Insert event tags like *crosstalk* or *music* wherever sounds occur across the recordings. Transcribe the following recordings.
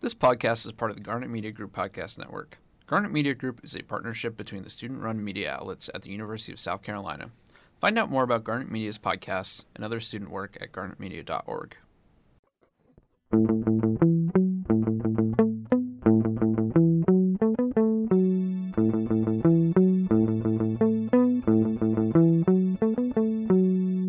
This podcast is part of the Garnet Media Group Podcast Network. Garnet Media Group is a partnership between the student run media outlets at the University of South Carolina. Find out more about Garnet Media's podcasts and other student work at garnetmedia.org.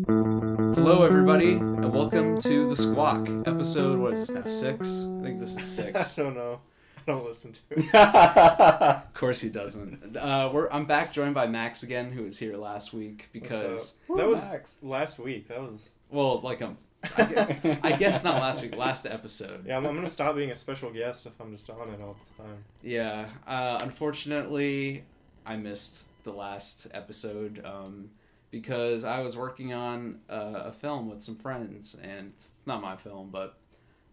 Hello, everybody, and welcome to The Squawk, episode, what is this now, six? I think this is *laughs* I six. don't know. I don't listen to it. *laughs* of course he doesn't. Uh, we're, I'm back joined by Max again, who was here last week, because, So, that was Max. last week. That was well, like, um, *laughs* I gue- I guess not last week, last episode. yeah. I'm, I'm gonna stop being a special guest if I'm just on it all the time. Yeah. Uh, unfortunately, I missed the last episode um, because I was working on uh, a film with some friends, and it's not my film, but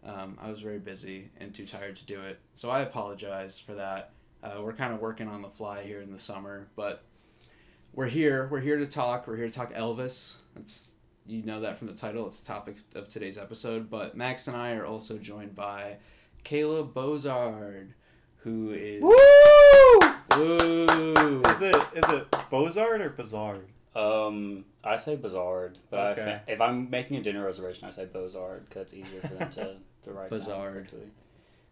um, I was very busy and too tired to do it. So I apologize for that. Uh, we're kind of working on the fly here in the summer, but we're here. We're here to talk. We're here to talk Elvis. It's you know that from the title. It's the topic of today's episode. But Max and I are also joined by Caleb Bozard, who is Woo! Is it is it Bozard or Bizarre? Um, I say Bizard, but Okay. I, if I'm making a dinner reservation, I say Bozard because it's easier for them to, to write. Bizard.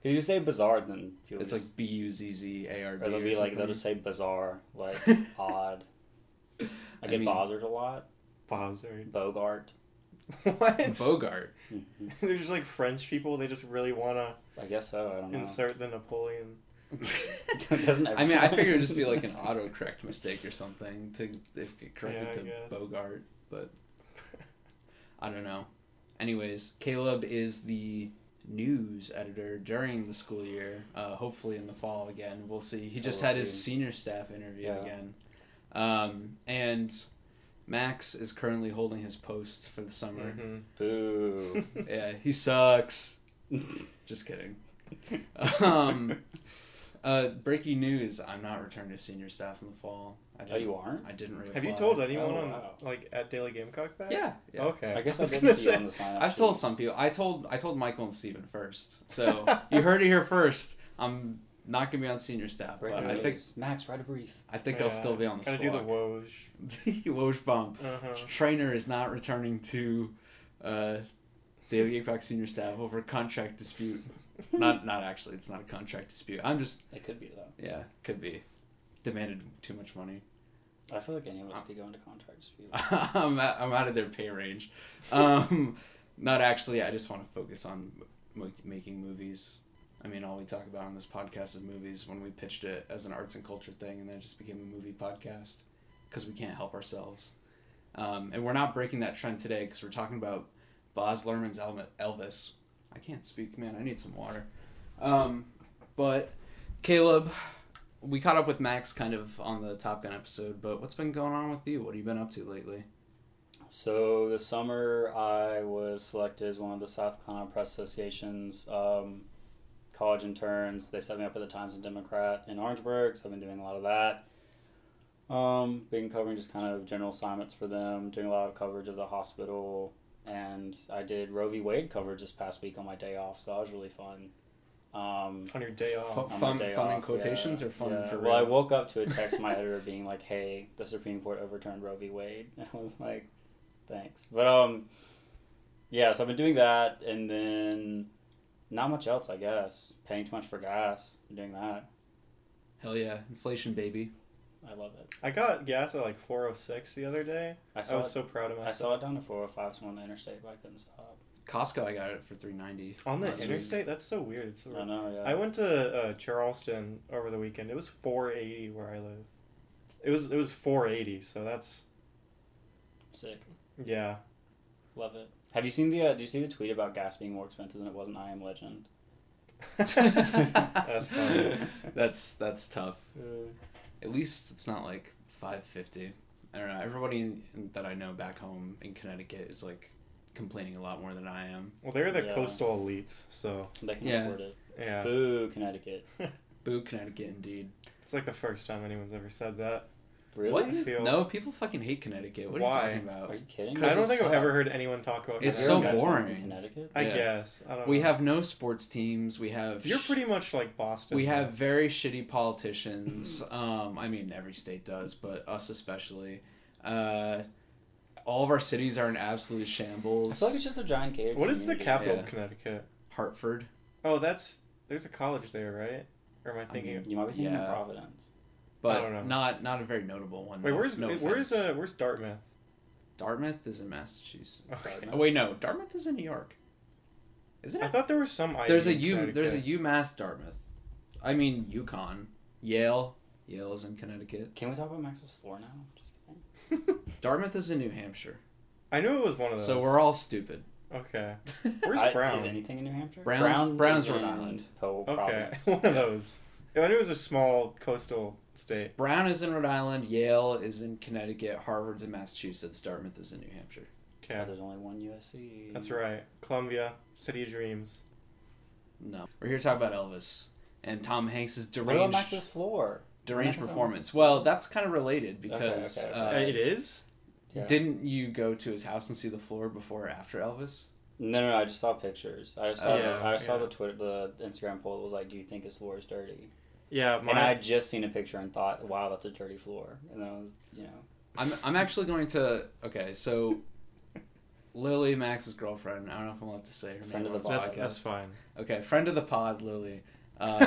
Because you say Bizard, then you'll It's just, like B U Z Z A R B. or they'll be like they'll just say bizarre, *laughs* like odd. I I get mean- Bozard a lot. Bozard. Bogart. *laughs* What? Bogart. *laughs* They're just like French people. They just really wanna I guess so. I don't know. insert the Napoleon. *laughs* Doesn't I mean, I everyone- figured it'd just be like an autocorrect mistake or something to if it Yeah, I corrected guess. to Bogart, but I don't know. Anyways, Caleb is the news editor during the school year. Uh, hopefully in the fall again. We'll see. He just we'll had his see. senior staff interview Yeah. again, um, and Max is currently holding his post for the summer. hmm Boo. Yeah, he sucks. Just kidding. *laughs* Um, uh, breaking news: I'm not returning to senior staff in the fall. I oh, you aren't. I didn't reapply. *laughs* Have you told that? anyone Oh, on wow. like at Daily Gamecock that? Oh, Yeah. yeah. Okay. I guess I, was didn't gonna see say- you on the sign up. I've told some people. I told I told Michael and Steven first. So you heard it here first. I'm not gonna be on senior staff, but I think Max, write a brief. I think Yeah, I'll still be on the Gotta squad. do the *laughs* Woj. Woj bomb. Uh-huh. Trainer is not returning to uh, Daily Gamecock senior staff over contract dispute. Not not actually. It's not a contract dispute. I'm just It could be though. yeah. Could be demanded too much money. *laughs* I feel like any of us could go into contract dispute. I'm out, I'm out of their pay range. Um, *laughs* not actually. I just want to focus on m- making movies. I mean, all we talk about on this podcast is movies. When we pitched it as an arts and culture thing, and then it just became a movie podcast because we can't help ourselves. Um, and we're not breaking that trend today because we're talking about Boz Lerman's Elm- Elvis. I can't speak, man. I need some water. Um, but Caleb, we caught up with Max kind of on the Top Gun episode. But what's been going on with you? What have you been up to lately? So this summer, I was selected as one of the South Carolina Press Association's um, college interns. They set me up at the Times and Democrat in Orangeburg, so I've been doing a lot of that. Um, been covering just kind of general assignments for them, doing a lot of coverage of the hospital, and I did Roe v. Wade coverage this past week on my day off, so that was really fun. Um, On your day off. Fu- on my fun, day fun in off, quotations yeah, or fun yeah. for well, I real? woke up to a *laughs* text from my editor being like, "Hey, the Supreme Court overturned Roe v. Wade," *laughs* and I was like, "Thanks," but um, yeah. So I've been doing that, and then not much else, I guess. Paying too much for gas, been doing that. Hell yeah, inflation baby. I love it. I got gas at like 406 the other day. I I saw was it. so proud of I myself. saw it down to four hundred five somewhere on the interstate, but I couldn't stop. Costco, I got it for three ninety. On the Last week. interstate? That's so weird. It's the I know. Yeah. I went to uh, Charleston over the weekend. It was 480 where I live. It was it was 480, so that's sick. yeah. *laughs* Love it. Have you seen the? Uh, did you see the tweet about gas being more expensive than it was in I Am *laughs* Legend? *laughs* that's *laughs* funny. That's that's tough. At least it's not like five fifty. I don't know. Everybody in, that I know back home in Connecticut is like complaining a lot more than I am. Well, they're the Yeah. coastal elites, so They can Yeah. afford it. yeah. Boo, Connecticut. Boo, Connecticut, indeed. It's like the first time anyone's ever said that. Really? What? Feel- No, people fucking hate Connecticut. What Why? are you talking Are about? you kidding? I don't it's- think I've ever heard anyone talk about. It's Is there so a Connecticut. basketball team in boring. Connecticut. I yeah. guess I don't. We know. have no sports teams. We have uh, You're sh- pretty much like Boston. We have very shitty *clears throat* politicians. Um, I mean, every state does, but us especially. Uh, all of our cities are in absolute I feel like shambles. it's just a giant catered. What is the community. capital Yeah. of Connecticut? Hartford. Oh, that's there's a college there, right? Or am I thinking? mean, of- You might be thinking Yeah. of *laughs* Providence. but don't know. not not a very notable one. wait, though, where's no where's offense. uh where's Dartmouth? Dartmouth is in Massachusetts. Okay. Oh, wait, no, Dartmouth is in New York. Isn't I it? thought there was some. Ivy There's a in U. There's a Connecticut. UMass Dartmouth. I mean UConn, Yale. Yale is in Connecticut. Can we talk about Max's floor now? Just kidding. Dartmouth is in New Hampshire. I knew it was one of those. So we're all stupid. *laughs* okay. Where's I- Brown? Is anything in New Hampshire? Brown's- Brown Brown's is Rhode in Island. Po- Okay, *laughs* Providence. one of those. Yeah, I knew it was a small coastal state. Brown is in Rhode Island. Yale is in Connecticut. Harvard's in Massachusetts. Dartmouth is in New Hampshire. Okay, Oh, there's only one USC. that's right. Columbia, City of Dreams. No, we're here to talk about Elvis and Tom Hanks's What about deranged Max's floor? deranged Max's- performance. Well, that's kind of related because okay, Uh, Uh, it is. Yeah. didn't you go to his house and see the floor before or after Elvis? No, no, no. I just saw pictures. I just saw. Yeah, the, I saw Oh, yeah. the Twitter, the Instagram poll. It was like, "Do you think his floor is dirty?" Yeah, And I my had just seen a picture and thought, "Wow, that's a dirty floor." And I was, you know, I'm I'm actually going to okay. So Lily, Max's girlfriend. I don't know if I'm allowed to say her Friend name of the on that's, this that's podcast. fine. Okay, friend of the pod, *laughs* Lily. Uh,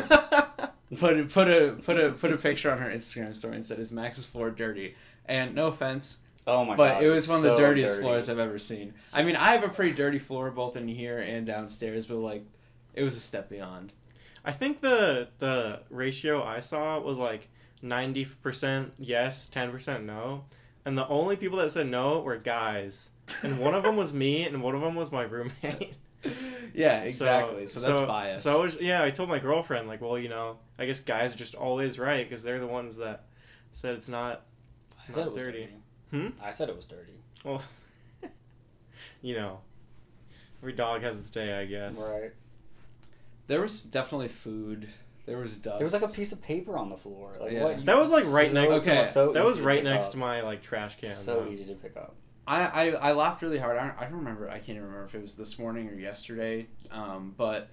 put put a put a put a picture on her Instagram story and said, "Is Max's floor dirty?" And no offense, oh my god. but it was one of the so dirtiest dirty. floors I've ever seen. I mean, I have a pretty dirty floor both in here and downstairs, but like, it was a step beyond. *laughs* I think the the ratio I saw was like ninety percent yes, ten percent no, and the only people that said no were guys, and one of them was me, and one of them was my roommate. *laughs* Yeah, So- exactly. So, that's bias. So I was, yeah, I told my girlfriend like, well, you know, I guess guys are just always right because they're the ones that said it's not, I said it was Dirty. dirty. Hmm? I said it was dirty. *laughs* you know. Every dog has its day, I guess. Right. there was definitely food. There was dust. There was like a piece of paper on the floor. Like Yeah. what? you- That was like right so- next. Okay. To, so that easy was to right pick next up. to my like trash can. So though. easy to pick up. I, I, I laughed really hard. I don't, I don't remember. I can't even remember if it was this morning or yesterday. Um, but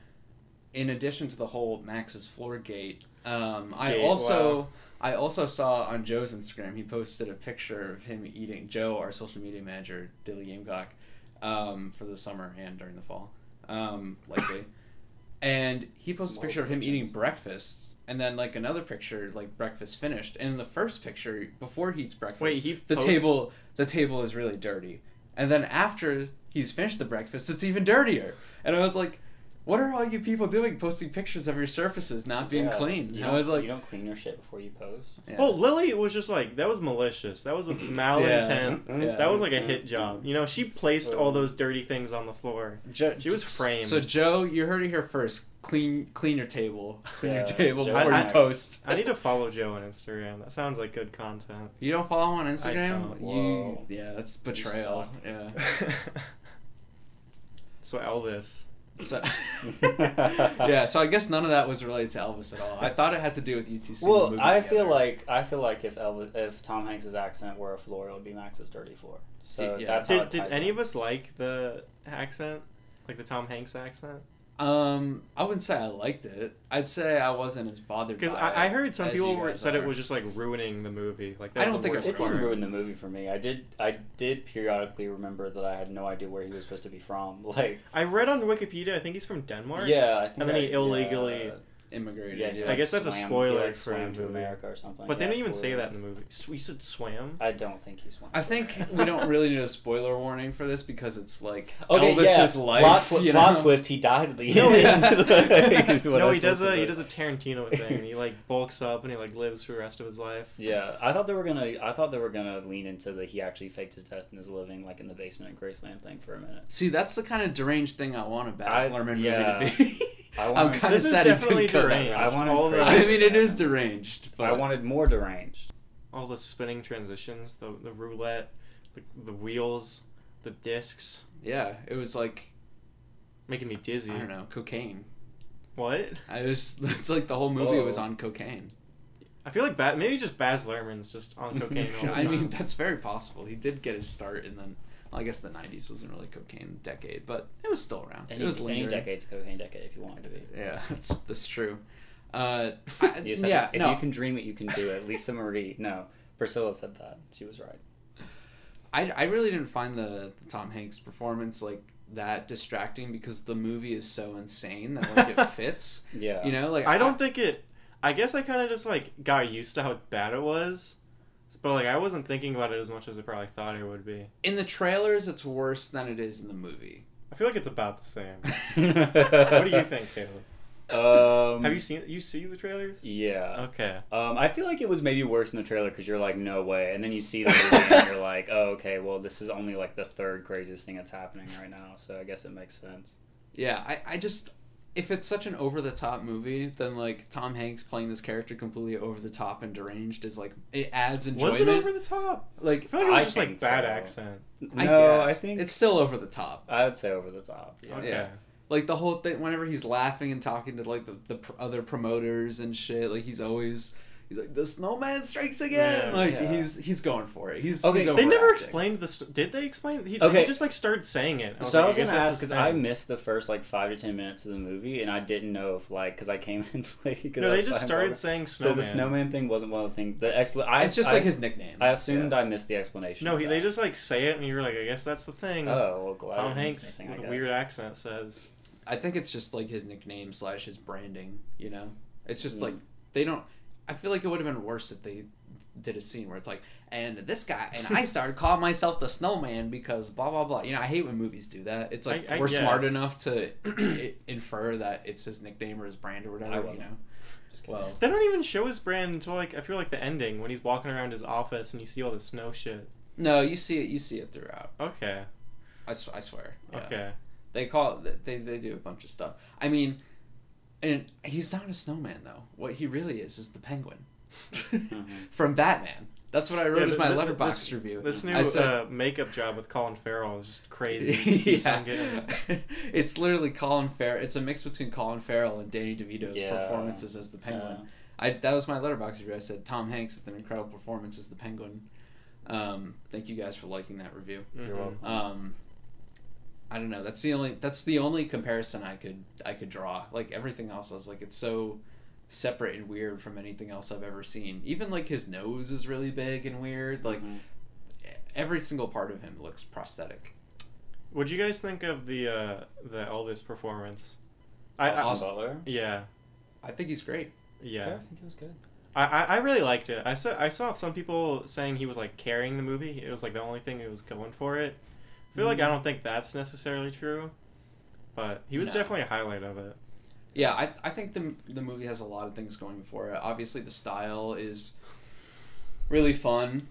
in addition to the whole Max's floor gate, um, I Gate, also wow. I also saw on Joe's Instagram he posted a picture of him eating Joe, our social media manager, Dilly Gamecock, um, for the summer and during the fall, um, likely. and he posted a More picture of him eating pictures. breakfast. And then like another picture, like breakfast finished. And in the first picture, before he eats breakfast, Wait, he the posts- table the table is really dirty and then after he's finished the breakfast it's even dirtier and i was like what are all you people doing posting pictures of your surfaces not being Yeah. clean You and i don't- was like you don't clean your shit before you post. yeah. Well, Lily was just like that was malicious. That *laughs* was with malintent. Mm-hmm. Yeah. That was like a hit job. You know, she placed all those dirty things on the floor. Jo- she was framed. so joe you heard it here first clean clean your *laughs* table clean your Yeah, table Joe before you Max. post I need to follow Joe on Instagram. That sounds like good content. you don't follow on instagram don't. you Whoa. yeah that's betrayal suck. yeah *laughs* so Elvis. so *laughs* *laughs* yeah so *laughs* i guess none of that was related to elvis at all i thought it had to do with you two seeing the Well, movie I feel together. like I feel like if Elvis, if Tom Hanks's accent were a floor, it would be Max's dirty floor. So Yeah. that's how Did it did ties any in. of us like the accent? Like the Tom Hanks accent? Um, I wouldn't say I liked it. I'd say I wasn't as bothered. Because by I, I it heard some as people you were, guys said are. it was just like ruining the movie. Like that I was don't the think it worst was It didn't part. ruined. ruin the movie for me. I did. I did periodically remember that I had no idea where he was supposed to be from. *laughs* Like, I read on Wikipedia. I think he's from Denmark. yeah, I think. And then I- he illegally- yeah, immigrated. Yeah, he, Yeah, I like, guess that's a swam- spoiler he, for like, swam the to movie. America or something. But they Yeah, didn't even say spoiler. that in the movie. S- We said swam. I don't think he swam. I think we don't really need a spoiler warning for this because it's like Okay, Elvis's yeah. life. plot, twi- you plot know? twist. He dies at the No, end. *laughs* yeah. is what I no, was he does supposed a to he do. does a Tarantino *laughs* thing. and he like bulks up and he like lives for the rest of his life. Yeah, I thought they were gonna. I thought they were gonna lean into the he actually faked his death and is living like in the basement at Graceland thing for a minute. See, that's the kind of deranged thing I want a I- Baz Luhrmann yeah. movie to *laughs* be. I I'm wanted. kind of This is sad it definitely didn't go that deranged. route. I wanted all the *laughs* I mean, it is deranged, but I wanted more deranged. all the spinning transitions, the the roulette, the, the wheels, the discs, yeah, it was like making me dizzy. I don't know, cocaine. What? I was. *laughs* It's like the whole movie Whoa. was on cocaine. I feel like ba- maybe just Baz Luhrmann's just *laughs* on cocaine all the I time. mean, that's very possible. He did get his start, and then well, I guess the '90s wasn't really cocaine decade, but it was still around. Any, it was any lingering. decade's a cocaine decade if you want it to be. Yeah, *laughs* that's that's true. Uh, I, *laughs* You said yeah, that. If no, you can dream it, you can do it. Lisa Marie. No, Priscilla said that. She was right. I, I really didn't find the, the Tom Hanks performance like that distracting because the movie is so insane that like *laughs* it fits. Yeah. You know, like I don't think it. I guess I kind of just like got used to how bad it was, but like I wasn't thinking about it as much as I probably thought it would be. in the trailers it's worse than it is in the *laughs* movie. *laughs* I feel like it's about the same. what what do *laughs* you think, Caleb? Um, Have you seen you see the trailers? Yeah. Okay. Um, I feel like it was maybe worse in the trailer because you're like, no way, and then you see the movie and *laughs* you're like, oh, okay, well, this is only like the third craziest thing that's happening right now, so I guess it makes sense. Yeah, I, I just if it's such an over the top movie, then like Tom Hanks playing this character completely over the top and deranged is like it adds enjoyment. Was it over the top? like I feel like it was I just like think bad so. accent. I no, I guess. think it's still over the top. I would say over the top. Yeah. Okay. Yeah. Like the whole thing, whenever he's laughing and talking to like the, the pr- other promoters and shit, like he's always he's like the snowman strikes again. Yeah. like Yeah. he's he's going for it. He's Okay, He's They never overacting. explained the. St- did they explain? He, Okay. he just like started saying it. So I was like, guess gonna ask that's because the I same. missed the first like five to ten minutes of the movie, and I didn't know if like because I came in *laughs* late. 'cause No, I they was just behind started Barbara. saying So snowman. the snowman thing wasn't one of the things. The expl- I It's just I- like his nickname. I assumed Yeah. I missed the explanation. No, of he, that. they just like say it, and you're like, I guess that's the thing. Oh, well, glad I Tom didn't miss Hanks anything, I with a guess. weird accent says, I think it's just like his nickname slash his branding. You know, it's just Mm. like they don't. I feel like it would have been worse if they did a scene where it's like, and this guy and *laughs* I started calling myself the snowman because blah blah blah. You know, I hate when movies do that. It's like I- I we're smart guess. enough *clears throat* to i- infer that it's his nickname or his brand or whatever. I you wasn't. know, Just kidding. well, They don't even show his brand until like I feel like the ending when he's walking around his office and you see all the snow shit. no, you see it. You see it throughout. Okay, I, s- I swear. Yeah. okay. They call it, they they do a bunch of stuff. I mean, and he's not a snowman though. What he really is is the *laughs* penguin *laughs* Mm-hmm. from Batman. That's what I wrote Yeah, as th- my th- letterbox this- review. *laughs* This new I said, uh, makeup job with Colin Farrell is *laughs* just crazy. He keeps on yeah. *laughs* getting- it's literally Colin Farrell. It's a mix between Colin Farrell and Danny DeVito's Yeah. performances as the penguin. Yeah. I that was my letterbox review. I said Tom Hanks with an incredible performance as the penguin. Um, thank you guys for liking that review. You're Mhm. welcome. Um, I don't know. That's the only that's the only comparison I could I could draw. Like everything else, I was like, it's so separate and weird from anything else I've ever seen. Even like his nose is really big and weird. Like Mhm. every single part of him looks prosthetic. What'd you guys think of the uh, the Elvis performance? I, I Austin Butler. yeah I think he's great. yeah. I think it was good. I, I, I really liked it. I saw I saw some people saying he was like carrying the movie. It was like the only thing that was going for it. I feel Mm. like I don't think that's necessarily true, but he was No. definitely a highlight of it. Yeah, I, I think the, the movie has a lot of things going for it. Obviously, the style is really fun.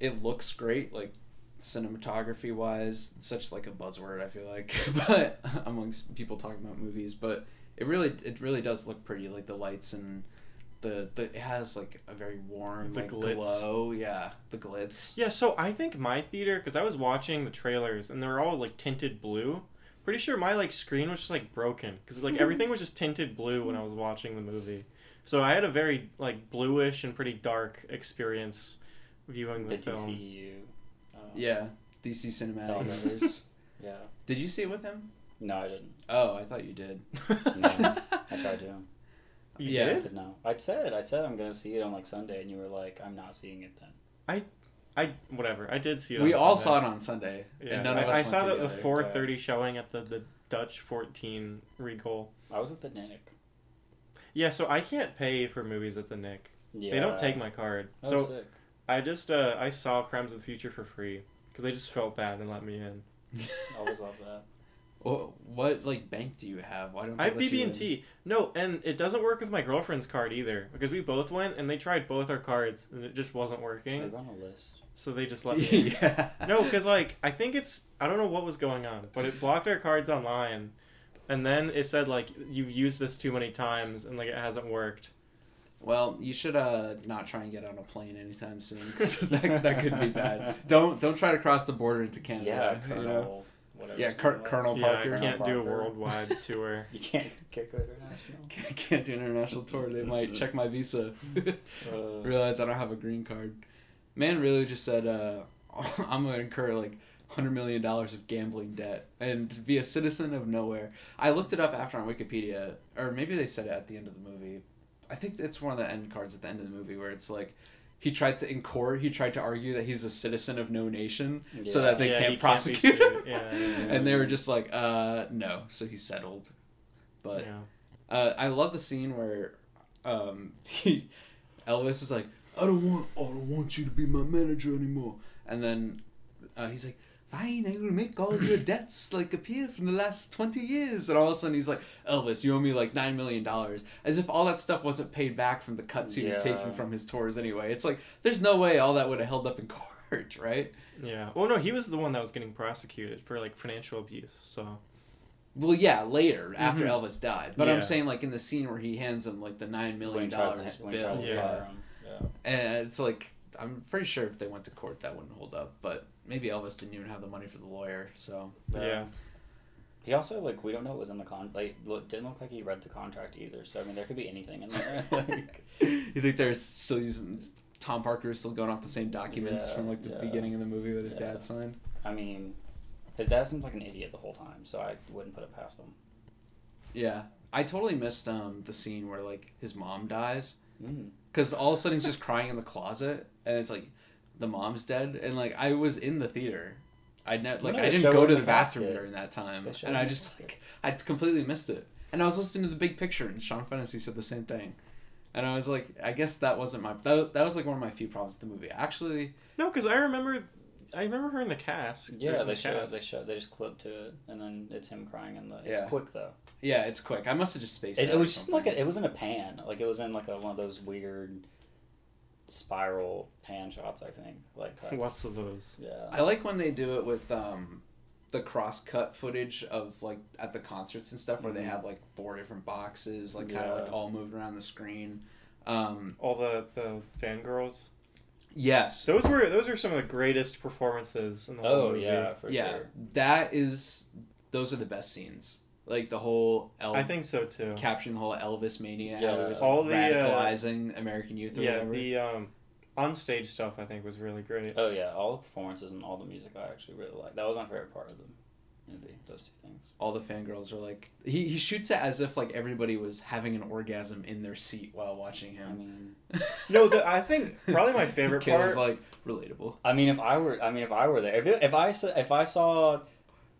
It looks great, like cinematography wise, such like a buzzword. I feel like, *laughs* but amongst people talking about movies, but it really it really does look pretty. Like the lights and the, the it has like a very warm The like glitz. glow. Yeah, the glitz. Yeah, so I think my theater because I was watching the trailers and they were all like tinted blue. Pretty sure my like screen was just like broken because Mm-hmm. like everything was just tinted blue when I was watching the movie. So I had a very like bluish and pretty dark experience viewing the, The film. DCEU. Um, Yeah, DC Cinematic Oh, yes. Universe. Yeah. Did you see it with him? No, I didn't. Oh, I thought you did. *laughs* No. *laughs* I tried to. you Yeah. did? But no. I said. I said I'm gonna see it on like Sunday, and you were like, I'm not seeing it then. I whatever. I did see it. we on all Sunday. saw it on Sunday, Yeah, and none of I, us. I went saw that the together. four thirty showing at the, the Dutch fourteen Regal. I was at the Nick. Yeah, so I can't pay for movies at the Nick. Yeah. They don't take my card, Oh, That so was sick. I just uh, I saw Crimes of the Future for free because they just felt bad and let me in. I always love *laughs* that. *laughs* Wha- what like bank do you have? Why don't they I have let BB you and in? T. No, and it doesn't work with my girlfriend's card either because we both went and they tried both our cards and it just wasn't working. They're on a list. So they *laughs* just let me. in. yeah. No, because like I think it's I don't know what was going on, but it blocked our cards online, and then it said like you've used this too many times and like it hasn't worked. Well, you should uh not try and get on a plane anytime *laughs* soon. 'cause that, that could be bad. Don't don't try to cross the border into Canada. Yeah, you Colonel know? whatever. Yeah, his Col- name was. Colonel- yeah, I Parker. can't do a Parker. worldwide tour. *laughs* You can't kick it international. *laughs* Can't do international tour. They might check my visa. *laughs* Uh, Realize I don't have a green card. Man really just said, uh, *laughs* I'm going to incur like $100 million of gambling debt and be a citizen of nowhere. I looked it up after on Wikipedia, or maybe they said it at the end of the movie. I think it's one of the end cards at the end of the movie where it's like, he tried to in court. He tried to argue that he's a citizen of no nation, so Yeah. that they Yeah, he can't can't be prosecute. sued. him. Yeah, yeah, yeah. and they were just like, "Uh, no." So he settled. But yeah. uh, I love the scene where um, *laughs* he, Elvis is like, "I don't want, I don't want you to be my manager anymore." And then uh, he's like, "Fine, I will make all *laughs* your debts like appear from the last twenty years." And all of a sudden, he's like, "Elvis, you owe me like nine million dollars," as if all that stuff wasn't paid back from the cuts he was Yeah. taking from his tours anyway. It's like there's no way all that would have held up in *laughs* court, right? Yeah. Well, no, he was the one that was getting prosecuted for like financial abuse. So Well, yeah, later after Mm-hmm. Mhm. Elvis died, but Yeah. I'm saying like in the scene where he hands him like the nine million Wayne tries dollars to- Wayne tries bill, to Yeah. fire him. Yeah. and it's like I'm pretty sure if they went to court that wouldn't hold up, but maybe Elvis didn't even have the money for the lawyer, *laughs* so Yeah. He also like we don't know what was in the con. Like look, didn't look like he read the contract either. So I mean, there could be anything in there. *laughs* like, you think they're still using Tom Parker is still going off the same documents Yeah, from like the yeah. beginning of the movie that his Yeah. dad signed? I mean, his dad seems like an idiot the whole time, so I wouldn't put it past him. Yeah, I totally missed um the scene where like his mom dies Mm. because all of a sudden he's just crying in the closet and it's like the mom's dead and like I was in the theater. I ne- like No, I they didn't show go her to in the the bathroom casket. during that time They show and I her in the *laughs* just casket. like I completely missed it. And I was listening to the big picture and Sean Fantasy said the same thing. And I was like, I guess that wasn't my that, that was like one of my few problems with the movie. Actually, No, because I remember, I remember her in the cast. Yeah, the they show cast. they show they just clip to it, and then it's him crying in the. It's Yeah. quick though. yeah, it's quick. I must have just spaced It, out it or was just something. like a, it was in a pan, like it was in like a, one of those weird spiral pan shots. I think like cuts. Lots of those. yeah. I like when they do it with um, the cross cut footage of like at the concerts and stuff where they Mhm. have like four different boxes, like kind of Yeah. like all moved around the screen. Um, All the the fangirls. yes, Those were those are some of the greatest performances in the whole Oh movie. yeah, for yeah, sure. that is. Those are the best scenes. Like the whole El- I think so too. capturing the whole Elvis mania, how Yeah. he was All the, uh, radicalizing American youth or Yeah, whatever. the um, on stage stuff I think was really great. Oh yeah, all the performances and all the music I actually really like. That was my favorite part of the movie. Those two things. all the fangirls are like he, he shoots it as if like everybody was having an orgasm in their seat while watching I him. mean, *laughs* No, the, I *laughs* think probably *laughs* my favorite Kid was part. like relatable. I mean, if I were, I mean, if I were there, if it, if I sa- if I saw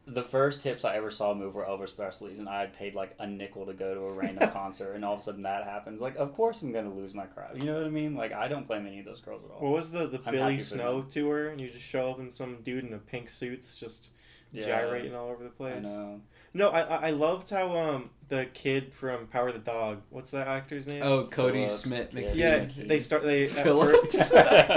the first hips I ever saw move were Elvis Presley's, and I had paid like a nickel to go to *laughs* a random concert, and all of a sudden that happens, like of course I'm gonna lose my crowd. You know what I mean? Like I don't blame any of those girls at all. what was the the I'm Billy happy for Snow tour? And you just show up and some dude in a pink suit's just Yeah, gyrating all over the I place. know. No, I I I loved how um the kid from Power the Dog. What's that actor's name? Oh, Cody Phillips, Smith yeah. McPhee. yeah, Phillips. they start they at Phillips.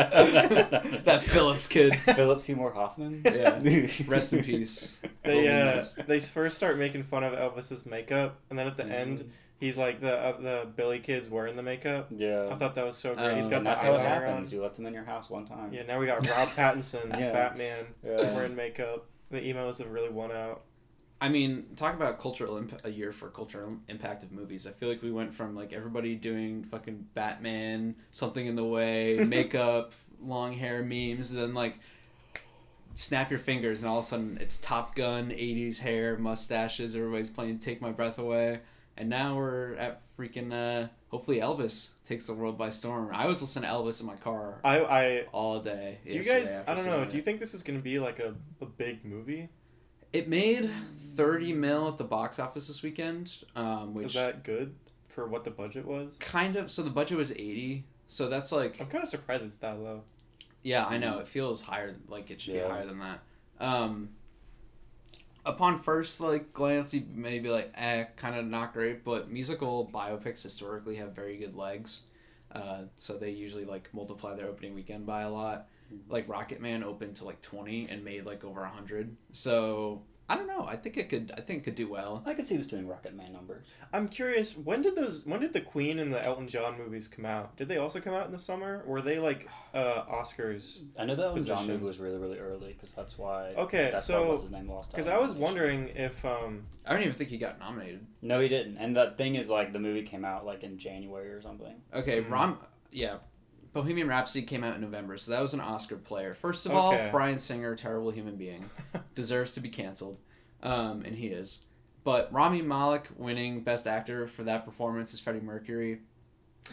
*laughs* that Phillips kid. first- Philip Seymour Hoffman. *laughs* Yeah. Rest in peace. They Will be uh, missed. they first start making fun of Elvis's makeup, and then at Mm. the end, he's like the uh, the Billy kid's wearing the makeup. I Yeah. thought that was so great. he's Oh, got And the that's how it eyeliner happens. on. You left them in your house one time. Yeah, now we got *laughs* Rob Pattinson, Yeah. Batman, Yeah. wearing makeup. The emos have really won out. I mean, talk about cultural imp- a year for cultural im- impact of movies. I feel like we went from like everybody doing fucking Batman, something in the *laughs* way, makeup, long hair memes, and then like snap your fingers and all of a sudden it's Top Gun, 80s hair, mustaches, everybody's playing Take My Breath Away. And now we're at freaking uh hopefully Elvis takes the world by storm. I was listening to Elvis in my car I I all day. do you yesterday guys? after I don't seeing know. it. Do you think this is gonna be like a, a big movie? It made thirty mil at the box office this weekend, um, Is which that good for what the budget was? kind of. So the budget was eighty. So that's like, I'm kind of surprised it's that low. yeah, I know it feels higher. Like it should Yeah. be higher than that. Um, upon first like glance, you may be like, eh, kind of not great. But musical biopics historically have very good legs. Uh, so they usually like multiply their opening weekend Mm-hmm. by a lot. Like Rocket Man opened to like twenty and made like over hundred. So I don't know. I think it could. I think it could do well. I could see this doing Rocket Man numbers. I'm curious, when did those when did the Queen and the Elton John movies come out? Did they also come out in the summer? Were they like uh Oscars? I know that one John Position. movie was really really early because that's why. Okay, that's so- why what's his name lost. out Cuz on I was nomination. wondering if um I don't even think he got nominated. No, he didn't. And the thing is, like, the movie came out like in January or something. Okay, Mhm. Rom. Yeah, Bohemian Rhapsody came out in November, so that was an Oscar player. First of Okay. all, Brian Singer, terrible human being, deserves to be canceled, um, and he is. But Rami Malek winning Best Actor for that performance as Freddie Mercury.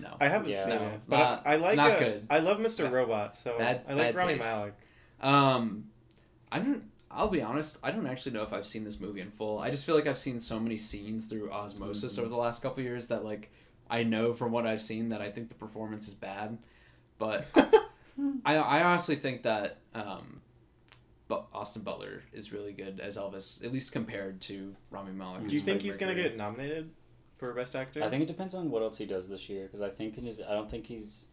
No, I haven't Yeah. seen No, it, but not- I, I like not uh, good. I love Mr. Bad- Robot, so bad- I like bad Rami taste. Malek. Um, I don't. I'll be honest. I don't actually know if I've seen this movie in full. I just feel like I've seen so many scenes through osmosis over the last couple years that like I know from what I've seen that I think the performance is bad. But I, I honestly think that um, but Austin Butler is really good as Elvis, at least compared to Rami Malek. Do you as think Freddie he's going to Mercury. get nominated for best actor? I think it depends on what else he does this year because I think it is. I don't think he's.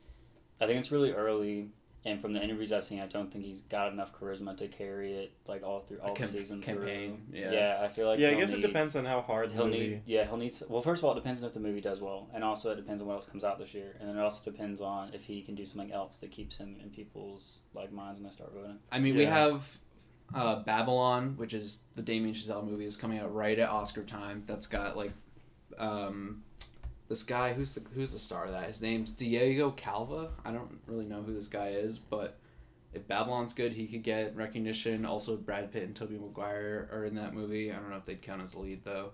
I think it's really early, and from the interviews I've seen, I don't think he's got enough charisma to carry it like all through all a the cam- season campaign? through. Yeah. I feel like yeah, I he'll guess need- it depends on how hard the He'll movie. need, yeah, he'll need. s- Well, first of all, it depends on if the movie does well, and also it depends on what else comes out this year, and then it also depends on if he can do something else that keeps him in people's like minds when they start voting. I mean, we Yeah. have uh, Babylon, which is the Damien Chazelle movie, is coming out right at Oscar time. That's got like um, this guy who's the who's the star of that. His name's Diego Calva. I don't really know who this guy is, but if Babylon's good, he could get recognition. Also, Brad Pitt and Tobey Maguire are in that movie. I don't know if they'd count as a lead though.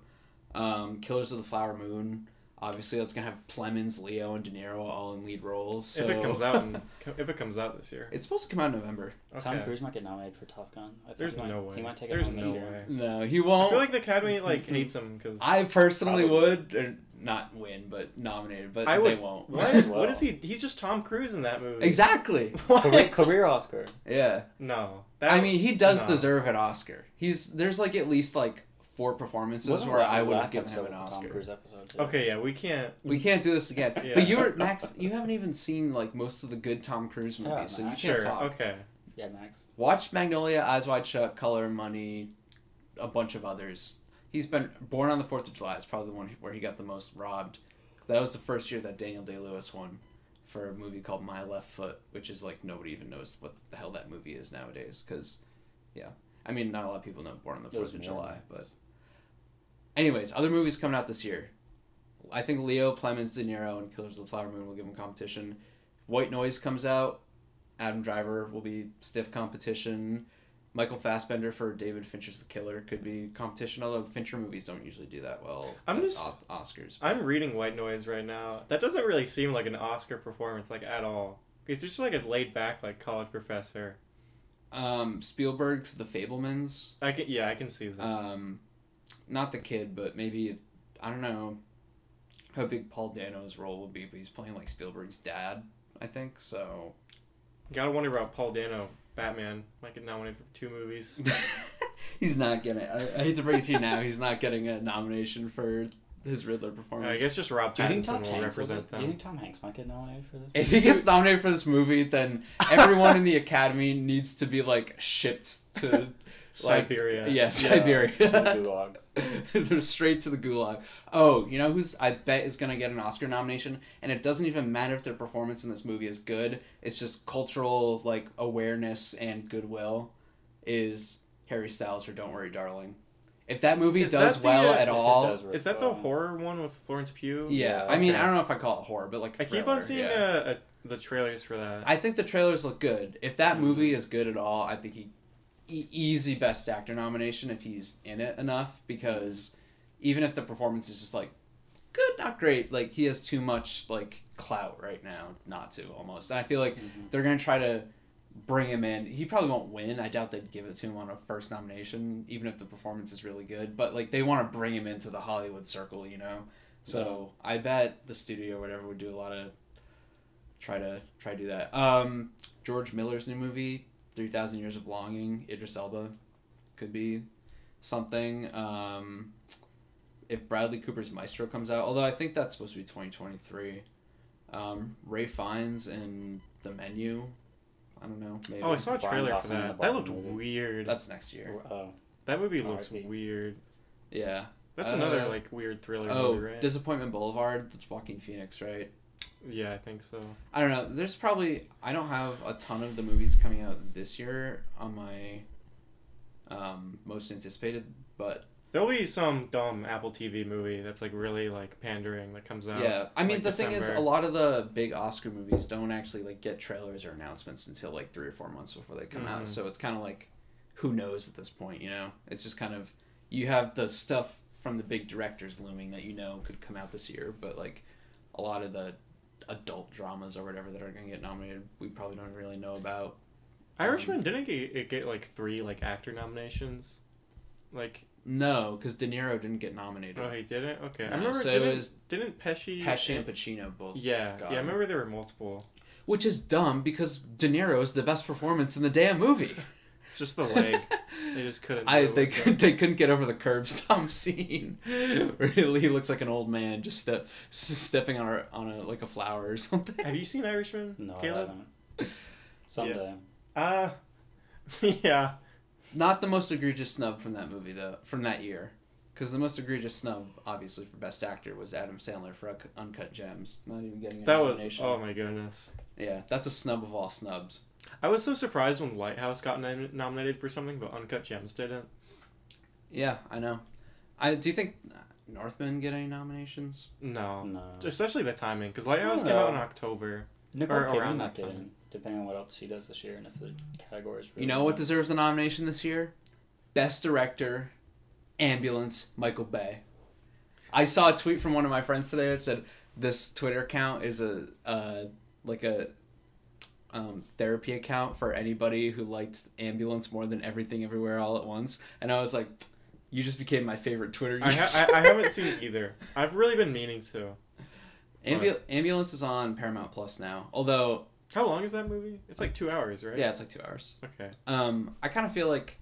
Um, Killers of the Flower Moon. Obviously, that's gonna have Plemons, Leo, and De Niro all in lead roles. So. If it comes out *laughs* in, if it comes out this year. *laughs* it's supposed to come out in November. Tom Okay. Cruise might get nominated for Top Gun. I think There's he might, no way. He might take it There's home this no year. *laughs* way. No, he I won't. feel like the Academy like hates him because I personally Probably. would, or not win, but nominated, but I they would- won't. what? as well. What is he? He's just Tom Cruise in that movie. *laughs* Exactly. *laughs* What? Career, *laughs* career Oscar. Yeah. No. I mean, he does no. deserve an Oscar. He's there's like at least like four performances Wasn't where that I the would have last given him episode an was the Tom Oscar. Cruise episode. Too. Okay, yeah, we can't. We can't do this *laughs* again. Yeah. But you were Max. You haven't even seen like most of the good Tom Cruise movies, Yeah, so you can't Max. Sure. talk. Okay. Yeah, Max. Watch Magnolia, Eyes Wide Shut, Color and Money, a bunch of others. He's been Born on the Fourth of July is probably the one where he got the most robbed. That was the first year that Daniel Day Lewis won for a movie called My Left Foot, which is like nobody even knows what the hell that movie is nowadays. Because, yeah, I mean, not a lot of people know Born on the It was Fourth of more July. Max. But, anyways, other movies coming out this year. I think Leo, Plemons, De Niro, and Killers of the Flower Moon will give him competition. White Noise comes out. Adam Driver will be stiff competition. Michael Fassbender for David Fincher's The Killer could be competition, although Fincher movies don't usually do that well I'm at just- O- Oscars. I'm reading White Noise right now. That doesn't really seem like an Oscar performance, like at all. He's just like a laid back, like college professor. Um, Spielberg's The Fablemans. I can, yeah, I can see Uh. that. Um, not the kid, but maybe if, I don't know how big Paul Dano's role will be, but he's playing like Spielberg's dad, I think. *laughs* So *laughs* Gotta wonder about Paul Dano, Batman. Might get nominated for two movies. he's not getting. I, I hate to bring it to you now. He's not getting a nomination for his Riddler performance. I guess just Rob Do you think Pattinson Tom will Hanks? will represent get- do you them. think Tom Hanks might get nominated for this? *laughs* If he gets nominated for this movie, then everyone in the Academy needs to be like shipped *laughs* to like, Siberia. Yeah, Yeah, Siberia. *laughs* Gulags. *laughs* They're straight to the gulag. Oh, you know who's I bet is gonna get an Oscar nomination, and it doesn't even matter if their performance in this movie is good. It's just cultural like awareness and goodwill. Is Harry Styles for Don't Worry, Darling? If that movie Is does that the, well uh, at if it all, does Is that the Um, horror one with Florence Pugh? yeah. Yeah, I mean, okay. I don't know if I call it horror, but like I keep thriller, on seeing yeah. uh, uh, the trailers for that. I think the trailers look good. If that movie is good at all, I think he e- easy best actor nomination if he's in it enough because even if the performance is just like good, not great, like he has too much like clout right now not to almost. And I feel like they're going to try to bring him in. He probably won't win. I doubt they'd give it to him on a first nomination even if the performance is really good, but like they want to bring him into the Hollywood circle, you know. So, I bet the studio or whatever would do a lot of try to try to do that. Um, George Miller's new movie, Three Thousand Years of Longing, Idris Elba, could be something. Um, if Bradley Cooper's Maestro comes out, although I think that's supposed to be twenty twenty three. Um, Ray Fiennes and The Menu, I don't know. Maybe oh, I saw a Brian trailer for Gosling in the that. That looked Barbie movie. weird. that's next year. Oh, That movie looks R.I.P.. weird. Yeah. That's Uh, another like weird thriller oh, movie, right? Disappointment Boulevard. That's Joaquin Phoenix, right? yeah, I think so. I don't know. There's probably I don't have a ton of the movies coming out this year on my um, most anticipated, but There'll be some dumb Apple TV movie that's like really like pandering that comes out. yeah. I mean, like, the thing is, a December. lot of the big Oscar movies don't actually like get trailers or announcements until like three or four months before they come Mhm. out. So it's kind of like, who knows at this point? You know, it's just kind of you have the stuff from the big directors looming that you know could come out this year, but like a lot of the adult dramas or whatever that are going to get nominated, we probably don't really know about. Irishman didn't get, it get like three like actor nominations. Like No, because De Niro didn't get nominated. oh he didn't okay I No, remember so it didn't, was didn't Pesci Pesci and Pacino both. yeah got yeah I him. remember there were multiple. Which is dumb because De Niro is the best performance in the damn movie. It's *laughs* just the leg they just couldn't. I do it they with could, they couldn't get over the curb *laughs* stomp scene. Where he he looks like an old man just step, s- stepping on a on a like a flower or *laughs* it. *laughs* Have something. you seen Irishman? No, I Caleb. haven't. Someday. Uh *laughs* yeah. Not the most egregious snub from that movie though, from that year. Because the most egregious snub, obviously for Best Actor, was Adam Sandler for Unc- Uncut Gems. Not even getting a That was nomination. oh my goodness. Yeah, that's a snub of all snubs. I was so surprised when Lighthouse got nom- nominated for something, but Uncut Gems didn't. Yeah, I know. I do you think Northman get any nominations? No, No. especially the timing, because Lighthouse No. came out *laughs* in October. Nicole or around Kidman that might get time. in, depending on what else she does this year and if the categories. You know what deserves a nomination this year? Best Director, Ambulance, Michael Bay. I saw a tweet from one of my friends today that said this Twitter account is a uh, like a um, therapy account for anybody who liked Ambulance more than Everything Everywhere All at Once, and I was like, you just became my favorite Twitter I, ha- user. I, I haven't seen it either. I've really been meaning to. Ambu- Ambulance is on Paramount Plus now, although How long is that movie? It's like two hours, right? yeah, it's like two hours. Okay. um, I kind of feel like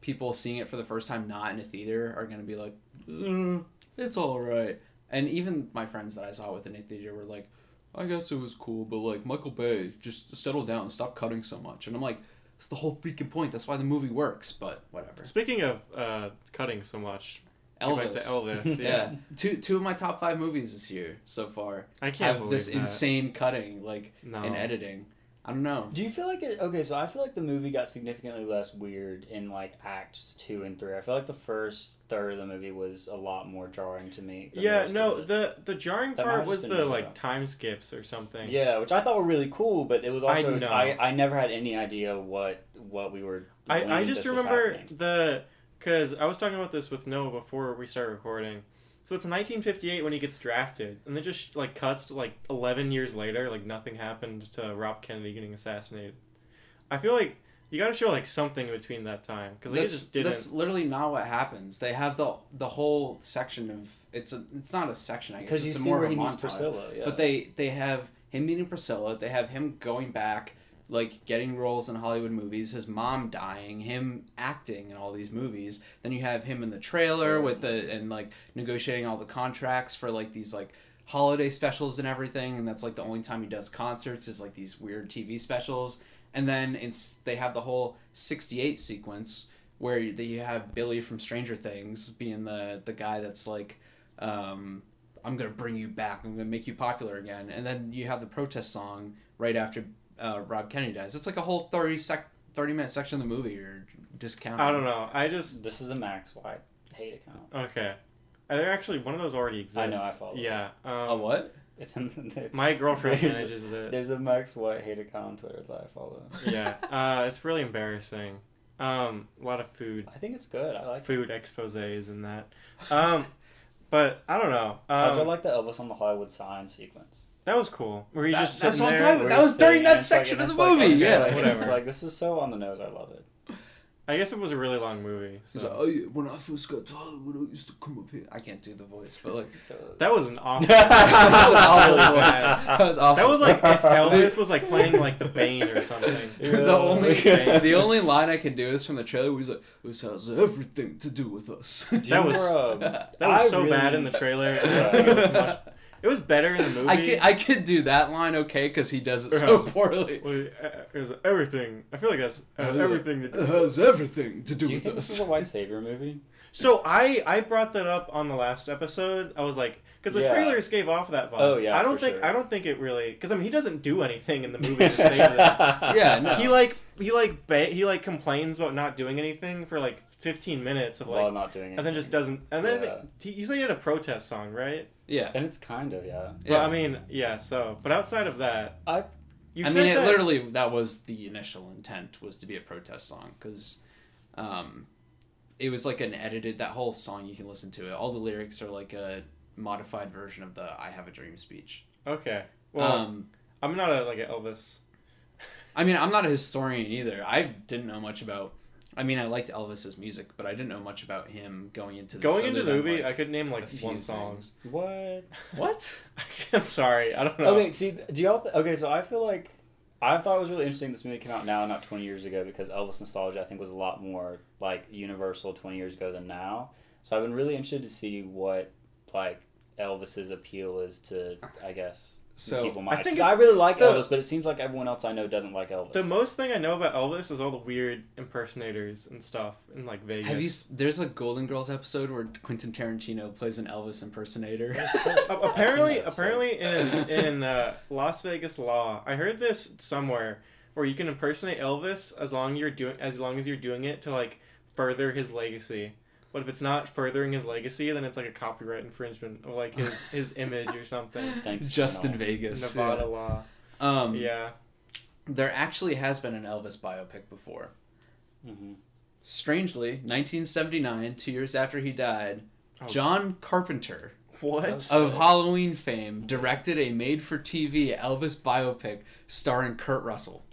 people seeing it for the first time, not in a theater, are gonna be like, "Uh, "It's all right." And even my friends that I saw within a theater were like, "I guess it was cool, but like Michael Bay, just settle down, stop cutting so much." And I'm like, "It's the whole freaking point. That's why the movie works." But whatever. Speaking of uh, cutting so much, go back to Elvis. Elvis. *laughs* Yeah. yeah, two two of my top five movies this year so far I can't have believe this that. Oh. insane cutting, like No. in editing. I don't know. Do you feel like it? Okay, so I feel like the movie got significantly less weird in like acts two and three. I feel like the first third of the movie was a lot more jarring to me. than the yeah, rest no, of it. the the jarring That might part have was just been the me, like though. time skips or something. yeah, which I thought were really cool, but it was I also know. I, I, never had any idea what what we were. when I, I this just was remember happening. the because I was talking about this with Noah before we started recording. So it's 1958 when he gets drafted, and then just like cuts to like 11 years later, like nothing happened to Rob Kennedy getting assassinated. I feel like you got to show like something between that time because they that's, just didn't. That's literally not what happens. They have the the whole section of it's a it's not a section. I guess because you it's a see more where of a he meets montage. Priscilla. Yeah. But they they have him meeting Priscilla. They have him going back, like getting roles in Hollywood movies. His mom dying. Him acting in all these movies. Then you have him in the trailer Trailer with the movies. and like negotiating all the contracts for like these like holiday specials and everything. And that's like the only time he does concerts is like these weird TV specials. And then it's they have the whole '68 sequence where you, that you have Billy from Stranger Things being the the guy that's like. Um, I'm gonna bring you back. I'm gonna make you popular again. And then you have the protest song right after uh, Rob Kennedy dies. It's like a whole thirty sec, thirty minute section of the movie or discount. um, I don't know. I just this is a Max White hate account. okay. Are there actually one of those already exists? I know, I follow. Yeah. Um, A what? It's in *laughs* there. My girlfriend *laughs* There's a- manages it. There's a Max White hate account on Twitter that I follow. yeah. Uh, it's really embarrassing. Um, a lot of food. I think it's good. I like. food exposés and that. Um, but I don't know. How'd you Um, like the Elvis on the Hollywood sign sequence? that was cool. Where he's That- just that's sitting what I'm there. talking Where That he's was during sitting that and it's like- section and of it's the like- movie, it's yeah. like- It's Whatever. like this is so on the nose. I love it. I guess it was a really long movie. He's *laughs* So. like, oh, yeah, when I first got to Hollywood, I used to come up here. I can't do the voice, but *laughs* like *laughs* That was an *laughs* awful. that was an awful Really voice. bad. That was awful. That was like *laughs* if Elvis was like playing like the Bane or something. *laughs* the only *laughs* Yeah. the only line I can do is from the trailer. Where he's like, "This has everything to do with us." Do That you *laughs* was- remember, um, That was I so really- *laughs* bad in the trailer. Yeah. It was, much, it It was better in the movie. I could, I could do that line okay because he does it so Perhaps. poorly. Well, uh, it was everything. I feel like that's uh, Uh, everything. To do. *laughs* It has everything to do, Do you with think us. this is a white savior *laughs* movie? So I I brought that up on the last episode. I was like, because the Yeah. trailers gave off that vibe. Oh, yeah, I don't for think sure. I don't think it really because I mean he doesn't do anything *laughs* in the movie. to save it. Yeah, no. He like he like ba- he like complains about not doing anything for like fifteen minutes of like While not doing it. and then just doesn't and then Yeah. he, you say he had a protest song right? Yeah. And it's kind of, yeah. Yeah. Yeah. But I mean yeah. So but outside of that, I- you I said mean, it that- literally that was the initial intent was to be a protest song because, um, it was like an edited that whole song. You can listen to it. All the lyrics are like a modified version of the "I Have a Dream" speech. okay. Well, um, I'm not a like an Elvis. I mean, I'm not a historian either. I didn't know much about. I mean, I liked Elvis's music, but I didn't know much about him going into this Going other into the than, movie, I like, could name a like few one song. things. What? What? *laughs* I'm sorry, I don't know. *laughs* Okay, see, do y'all. Th- okay, so I feel like. I thought it was really interesting this movie came out now, not 20 years ago, because Elvis nostalgia, I think, was a lot more, like, universal 20 years ago than now. So I've been really interested to see what, like, Elvis's appeal is to, I guess, So people my I think age. 'Cause I it's really like the- Elvis, but it seems like everyone else I know doesn't like Elvis. The most thing I know about Elvis is all the weird impersonators and stuff in like Vegas. have you? s- There's a Golden Girls episode where Quentin Tarantino plays an Elvis *laughs* impersonator. A- apparently, I've seen apparently *laughs* in in uh, Las Vegas law, I heard this somewhere where you can impersonate Elvis as long you're doing as long as you're doing it to like further his legacy. But if it's not furthering his legacy, then it's like a copyright infringement of like *laughs* his his image or something. *laughs* Thanks, just in Chanel. Vegas. Nevada law. yeah. Um, Yeah. There actually has been an Elvis biopic before. Mm-hmm. Mhm. Strangely, 1979, two years after he died, Oh. John Carpenter What? of Halloween fame directed a made for TV Elvis biopic starring Kurt Russell.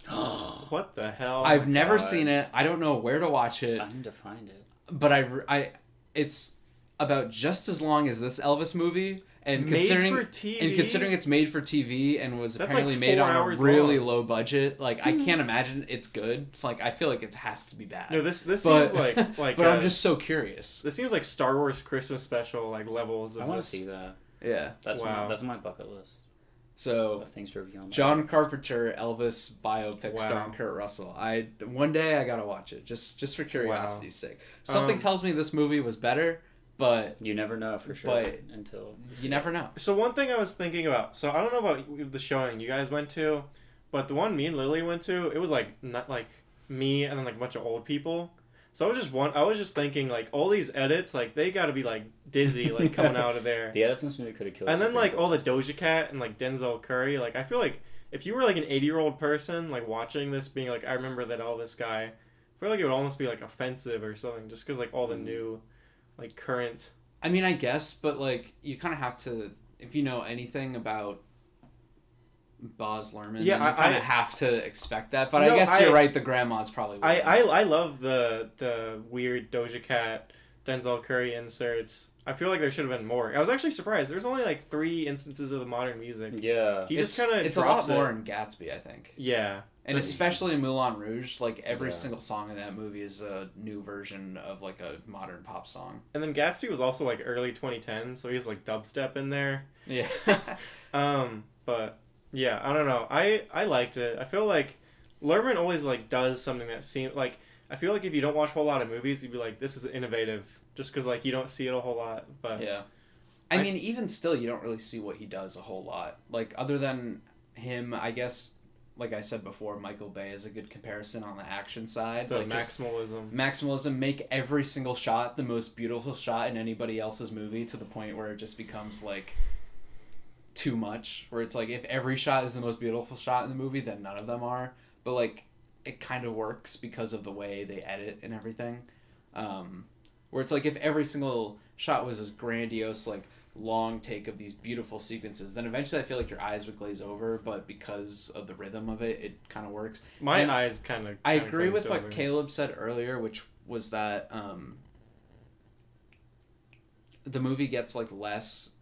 What the hell? I've never God. seen it. I don't know where to watch it, *gasps* I need to find it. but I, re- I it's about just as long as this Elvis movie and Made considering for TV. and considering it's made for TV and was That's, like, apparently made four on a hours really long. low budget, like I can't imagine it's good. It's Like I feel like it has to be bad. no, this this but seems *laughs* like like. but uh, I'm just so curious. This seems like Star Wars Christmas special like levels of I want to just- see that. Yeah. That's Wow. my that's my bucket list So of things to review. On my John Carpenter Elvis biopic Wow. starring Kurt Russell. I one day I gotta watch it just just for curiosity's sake. Something Um, tells me this movie was better, but You never know for sure But- until see you never know. So one thing I was thinking about. So I don't know about the showing you guys went to, but the one me and Lily went to, it was like not like me and then like a bunch of old people. So I was just one. I was just thinking like all these edits, like they got to be like dizzy, like *laughs* coming out of it. there. The Edison's movie could have killed. And then something. like all the Doja Cat and like Denzel Curry, like I feel like if you were like an eighty year old person, like watching this, being like, I remember that all this guy, I feel like it would almost be like offensive or something, just because like all Mm. the new, like current. I mean, I guess, but like you kind of have to if you know anything about Boz Lerman. Yeah, Yeah, then you I- kind I- of have to expect that. But No, I guess I- you're right. The grandma's probably. I, winning. I I love the the weird Doja Cat Denzel Curry inserts. I feel like there should have been more. I was actually surprised. There's only like three instances of the modern music. yeah. He just It's- kind of It's a lot more in Gatsby, I think, Yeah, and The- especially in Moulin Rouge. Like every Yeah. single song in that movie is a new version of like a modern pop song. and then Gatsby was also like early 2010, so he has like dubstep in there. *laughs* Yeah. Um, but yeah, I don't know. I I liked it. I feel like Lerman always like does something that seems like I feel like if you don't watch a whole lot of movies, you'd be like, this is innovative, just because like you don't see it a whole lot. But yeah. I I- mean, even still, you don't really see what he does a whole lot. Like, other than him, I guess, like I said before, Michael Bay is a good comparison on the action side. the like, just maximalism. maximalism, make every single shot the most beautiful shot in anybody else's movie to the point where it just becomes like too much. Where it's like, if every shot is the most beautiful shot in the movie, then none of them are. But like, it kind of works because of the way they edit and everything. Um, where it's like, if every single shot was this grandiose, like, long take of these beautiful sequences then eventually i feel like your eyes would glaze over but because of the rhythm of it it kind of works My And eyes kind of. I agree with what Caleb said earlier, which was that um, the movie gets like less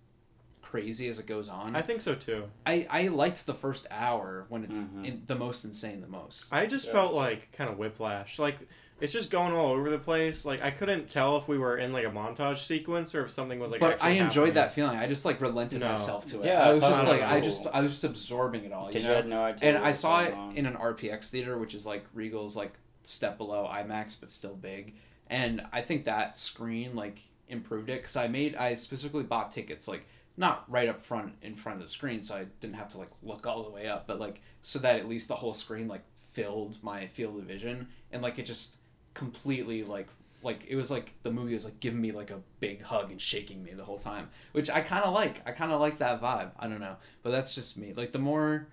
crazy as it goes on. I think so too. I, I liked the first hour when it's Mm-hmm. Mhm. in, the most insane, the most. I just Yeah, felt that's right. like kind of whiplash. Like it's just going all over the place. Like I couldn't tell if we were in like a montage sequence or if something was like. but I actually enjoyed happening. that feeling. I just like relented No. myself to it. Yeah, I was I just thought it like was I cool. just I was just absorbing it all. You Because you know? had no idea. and what I was saw it going on. in an RPX theater, which is like Regal's like step below IMAX, but still big. And I think that screen like improved it because I made I specifically bought tickets like not right up front in front of the screen, so I didn't have to like look all the way up, but like so that at least the whole screen like filled my field of vision, and like it just completely like like it was like the movie was like giving me like a big hug and shaking me the whole time which i kind of like i kind of like that vibe i don't know but that's just me like the more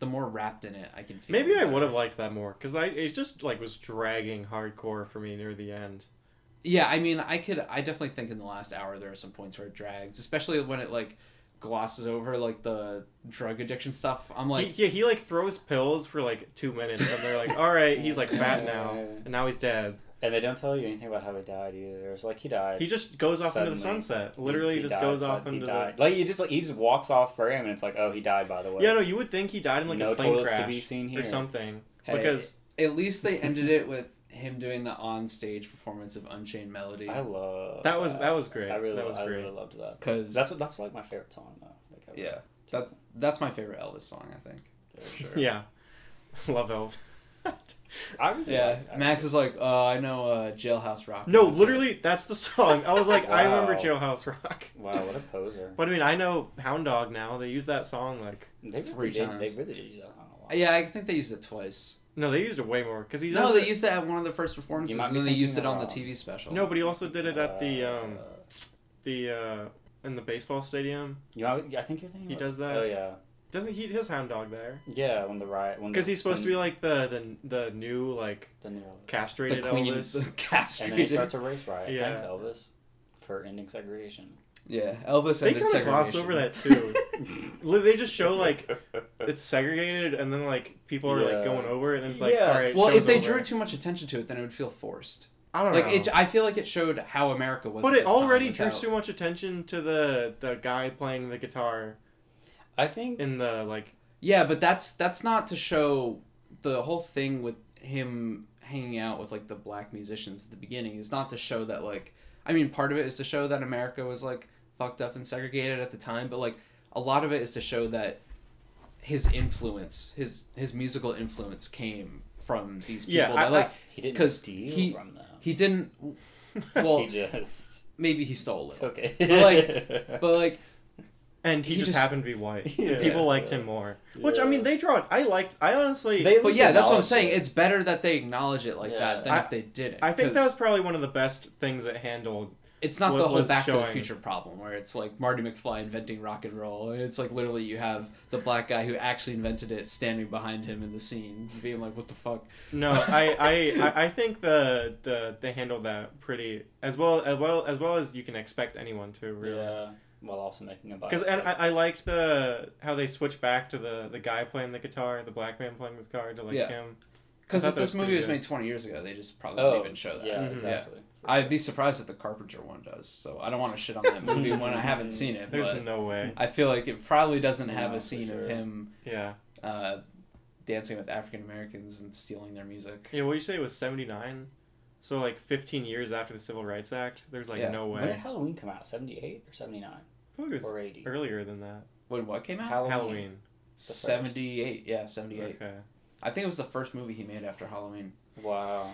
the more wrapped in it i can feel Maybe the I better. would have liked that more because I it just like was dragging hardcore for me near the end. yeah i mean i could i definitely think in the last hour there are some points where it drags especially when it like glosses over like the drug addiction stuff i'm like he, yeah, he like throws pills for like two minutes and they're like, all right, he's like *laughs* fat now and now he's dead. And they don't tell you anything about how he died either. It's like he died. He just goes off into the Suddenly, sunset. Literally, He just died, goes so off he into the. died. like he just like he just walks off frame, and it's like, oh, he died by the way. Yeah, no, you would think he died in like No a plane toilets to crash be seen or here. something hey, because at least they ended it with him doing the on-stage performance of unchained melody I love that was that was great. I really that was I great. really loved that. because That's that's like my favorite song though. Like, I yeah that that's my favorite elvis song i think for sure *laughs* Yeah, love *laughs* Elf. I really Yeah, like- I Max is like, uh, I know uh, Jailhouse Rock. no, That's it. literally, that's the song. I was like, I remember Wow. Jailhouse Rock. Wow, what a poser. But I mean, I know Hound Dog now. They use that song like They Three really, did, times. they really did use that song a lot. Yeah, I think they used it twice. no, they used it way more because he No, does they it- used it at one of the first performances, You might and be then they used it thinking um, on the about- TV special. no, but he also did it at the Uh, um the uh in the baseball stadium. you know, I think you're thinking He about- does that. Oh yeah, Doesn't he his Hound Dog there? yeah. When the riot, when Because he's supposed to be like the the the new like the new, the castrated Queen *laughs* Elvis. *laughs* the and then he castrated. starts a race riot. Yeah. Thanks, Elvis, for ending segregation. yeah, Elvis They ended kind of gloss over segregation. that *laughs* too. Li- they just show *laughs* like it's segregated, and then like people are Yeah. like going over it, and it's like Yeah. all right. well, show's if they over. drew too much attention to it, then it would feel forced. I don't Like know. it, I feel like it showed how America was. but at it this time already drew without- so much attention to the the guy playing the guitar I think in the like Yeah, but that's that's not to show the whole thing with him hanging out with like the black musicians at the beginning is not to show that like I mean part of it is to show that America was like fucked up and segregated at the time, but like a lot of it is to show that his influence, his his musical influence came from these people Yeah, I- that like he didn't 'cause steal he- from them. he didn't *laughs* well he just *laughs* maybe he stole it. okay. *laughs* But, But like and he, He just, just- happened to be white. Yeah. People liked him more, which I Yeah. mean they draw. I liked. I honestly. They- but least yeah, that's what I'm acknowledge saying. it. It's better that they acknowledge it like Yeah. that than I- if they didn't. I think 'cause- that was probably one of the best things that handled. it's not what the whole was Back to the showing. Future problem where it's like Marty McFly inventing rock and roll. It's like literally you have the black guy who actually invented it standing behind him in the scene, being like, "What the fuck?" No, I, I, I, I think the, the they handled that pretty as well as well as well as you can expect anyone to really. yeah, while also making a Because and I, I liked the how they switch back to the the guy playing the guitar, the black man playing the guitar to like Yeah. him. Because I thought if that this was movie pretty was good. made 20 years ago, they just probably oh, wouldn't even show that. Yeah, Mhm. exactly. I'd be surprised if the Carpenter one does. So I don't want to shit on that movie when I haven't seen it, There's but no way. I feel like it probably doesn't have No, a for scene of sure. him Yeah. uh, dancing with African Americans and stealing their music. Yeah. What you say it was seventy nine, so like fifteen years after the Civil Rights Act. There's like Yeah. no When did way. Halloween come out? Seventy eight or seventy nine I feel like it was or eighty? earlier than that. When what came out? Halloween. Halloween. first. 78. Yeah, 78. Okay. I think it was the first movie he made after Halloween. Wow.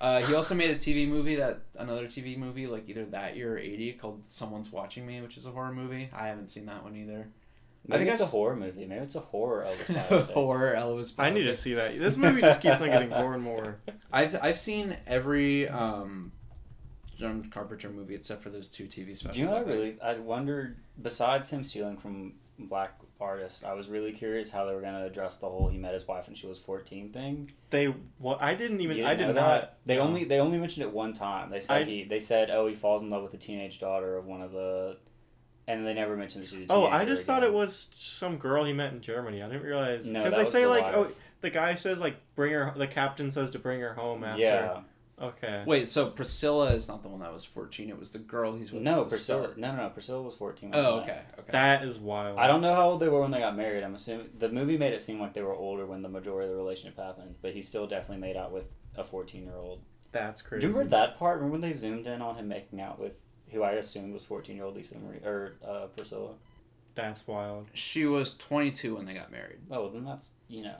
Uh, he also made a TV movie that another TV movie like either that year or eighty called Someone's Watching Me, which is a horror movie. I haven't seen that one either. Maybe think it's I've a s- horror movie. Maybe it's a horror *laughs* Elvis biopic. horror Elvis. I need to biopic. see that. This movie just keeps on getting *laughs* more and more. I've I've seen every um, John Carpenter movie except for those two TV specials. Do you know I what I think. really? I wondered. Besides him stealing from black artists, I was really curious how they were gonna address the whole he met his wife and she was fourteen thing. They. Well, I didn't You even. didn't I did know not. that? They no. only they only mentioned it one time. They said I- he. They said oh he falls in love with the teenage daughter of one of the, and they never mentioned that she's. A Oh, I teenager just thought it again. was some girl he met in Germany. I didn't realize No, because that they was say the like, wife. oh, the guy says like, bring her. The captain says to bring her home after. Yeah, Okay. Wait, so Priscilla is not the one that was 14. It was the girl he's with. No, at the start. Priscilla. No, no, no. Priscilla was 14. when Oh, they met. okay. Okay. That is wild. I don't know how old they were when they got married. I'm assuming the movie made it seem like they were older when the majority of the relationship happened, but he still definitely made out with a 14 year old. That's Do crazy. you remember that part? Remember when they zoomed in on him making out with who I assumed was 14 year old Lisa Marie or uh, Priscilla? That's wild. she was 22 when they got *laughs* married. Oh, then that's, you know,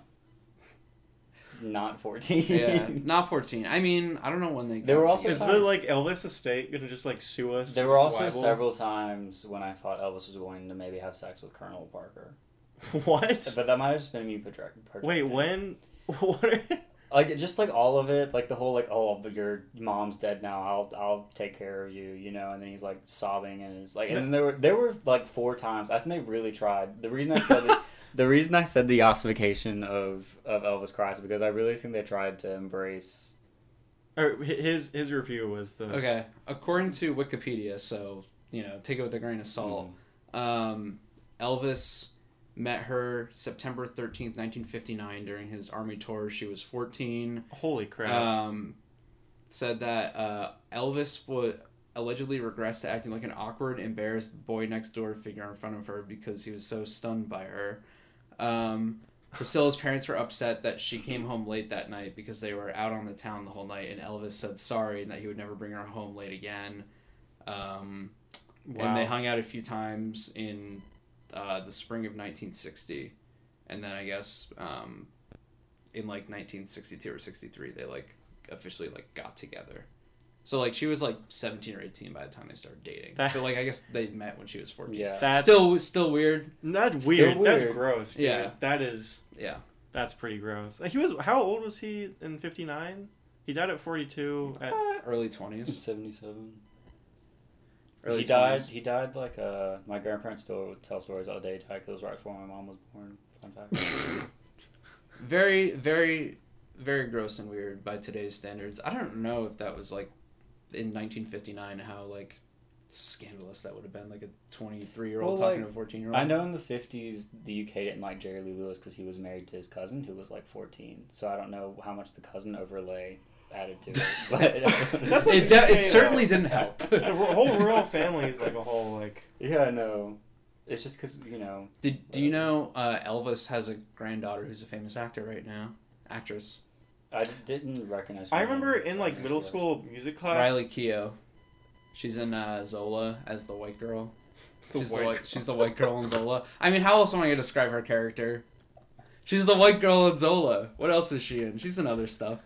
not 14. Yeah, *laughs* not 14. I mean, I don't know when they. They were got also together. Is the like Elvis estate gonna just like sue us? There for were this also libel? several times when I thought Elvis was going to maybe have sex with Colonel Parker, *laughs* What? but that might have just been me project- projecting. Wait, when? *laughs* What? Are... Like just like all of it, like the whole like oh, but your mom's dead now. I'll I'll take care of you, you know. And then he's like sobbing and is like, and then there were there were like four times. I think they really tried. The reason I said it, the reason I said the ossification of of Elvis Christ because I really think they tried to embrace. Or hi- his his review was the Okay, according to Wikipedia, so you know, take it with a grain of salt. Um, Elvis met her September 13th, 1959, during his army tour. She was 14. holy crap. Um, said that uh, Elvis would allegedly regress to acting like an awkward, embarrassed boy next door figure in front of her because he was so stunned by her. Um, Priscilla's parents were upset that she came home late that night because they were out on the town the whole night, and Elvis said sorry and that he would never bring her home late again. Um, wow. And they hung out a few times in uh, the spring of 1960. And then I guess um, in like 1962 or 63, they like officially like got together. So like she was like 17 or 18 by the time they started dating. That- but like I guess they met when she was 14. Yeah. that's Still still weird. that's still weird. That's weird. gross. Dude. Yeah. That is Yeah. that's pretty gross. He was how old was he in fifty nine? He died at forty two. At Uh, early 20s. Seventy seven. Early he died. 20s. He died like uh, my grandparents still would tell stories all day. He died 'cause it was right before my mom was born. Fun fact. Very very very gross and weird by today's standards. I don't know if that was like in 1959 how like scandalous that would have been like a 23 year old Well, talking to like, a 14 year old. I know in the 50s, the UK didn't like Jerry Lee Lewis because he was married to his cousin who was like 14. So I don't know how much the cousin overlay *laughs* added to it. But uh, That's like it, de- okay, it certainly though. didn't help. *laughs* the ro- whole royal family is like a whole like *laughs* yeah, I know. It's just because, you know. Did, do you know uh, Elvis has a granddaughter who's a famous actor right now? Actress. I didn't recognize I her remember name. in like middle school music class Riley Keough. She's in uh, Zola as the white girl. the she's, white the white, girl. she's the white girl in Zola. I mean, how else am I going to describe her character? She's the white girl in Zola. What else is she in? She's in other stuff.